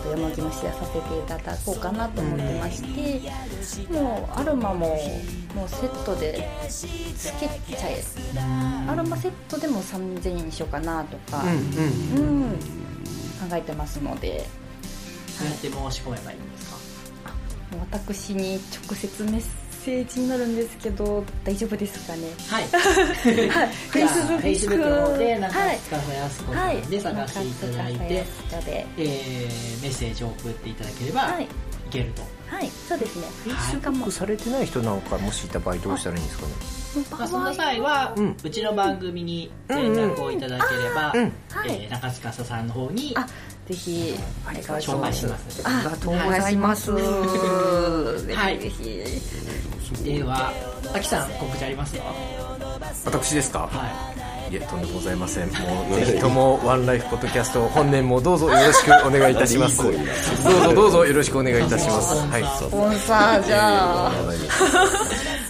[SPEAKER 6] っと山木虫屋させていただこうかなと思ってまして、もうアロマももうセットでつけちゃえアロマセットでも3000円にしようかなとか、
[SPEAKER 5] うんうん
[SPEAKER 6] うん考えてますので
[SPEAKER 2] そうやって申し込めばいいんですか
[SPEAKER 6] もう私に直接メッセージになるんですけど大丈夫ですかね
[SPEAKER 2] はい。
[SPEAKER 6] フェイスブック
[SPEAKER 2] フェイスブックの方で、なんか
[SPEAKER 6] はい、
[SPEAKER 2] 塚田康子さ
[SPEAKER 6] はい
[SPEAKER 2] んで探していただいて、
[SPEAKER 6] で
[SPEAKER 2] えーメッセージを送っていただければ、
[SPEAKER 6] はいい、
[SPEAKER 2] けると。
[SPEAKER 6] はいそうですね
[SPEAKER 2] はい
[SPEAKER 6] 1週間も
[SPEAKER 7] ックされてない人なんかもしいた場合どうしたらいいんですかね
[SPEAKER 2] まあ、その際は、
[SPEAKER 5] うん
[SPEAKER 2] うちの番組に連絡をいただければ、
[SPEAKER 5] うん
[SPEAKER 6] はい
[SPEAKER 2] えー中塚さんの方に
[SPEAKER 6] あぜひお願いします
[SPEAKER 2] 紹介しますので。
[SPEAKER 5] ありがとうございます
[SPEAKER 6] います。
[SPEAKER 2] はい
[SPEAKER 6] [laughs] ぜひぜひ
[SPEAKER 2] では、あきさん告知ありますか
[SPEAKER 7] 私ですか
[SPEAKER 2] はい
[SPEAKER 7] いえとんでもございませんもうぜひともワンライフポッドキャスト本年もどうぞよろしくお願いいたしますどうぞどうぞよろしくお願いいたしますはい
[SPEAKER 6] スポンサーじゃあ。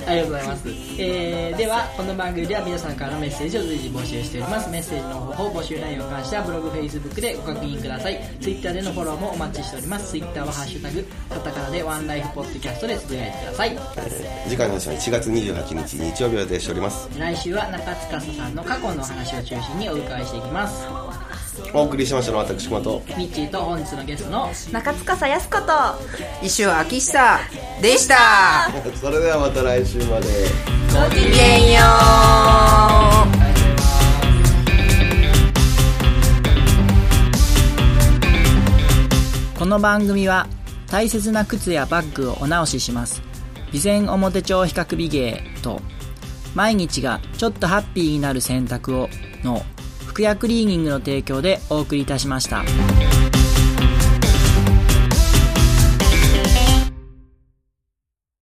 [SPEAKER 2] ありがとうございます、えーではこの番組では皆さんからのメッセージを随時募集しておりますメッセージの方法募集内容に関してはブログフェイスブックでご確認くださいツイッターでのフォローもお待ちしておりますツイッターは「ハッシュタグカタカナ」でワンライフポッドキャストでつぶやいてください
[SPEAKER 4] 次回の話は1月28日日曜日を予定しております
[SPEAKER 2] 来週は中塚さんの過去のお話を中心にお伺いしていきます
[SPEAKER 4] お送りしましたのは私熊と
[SPEAKER 2] ミッチーと本日のゲストの
[SPEAKER 6] 中塚さやすこと
[SPEAKER 5] 一生秋久でした
[SPEAKER 4] それではまた来週まで
[SPEAKER 5] ごきげんよう
[SPEAKER 2] この番組は大切な靴やバッグをお直しします備前表帳比較美芸と毎日がちょっとハッピーになる選択をの服薬クリーニングの提供でお送りいたしました。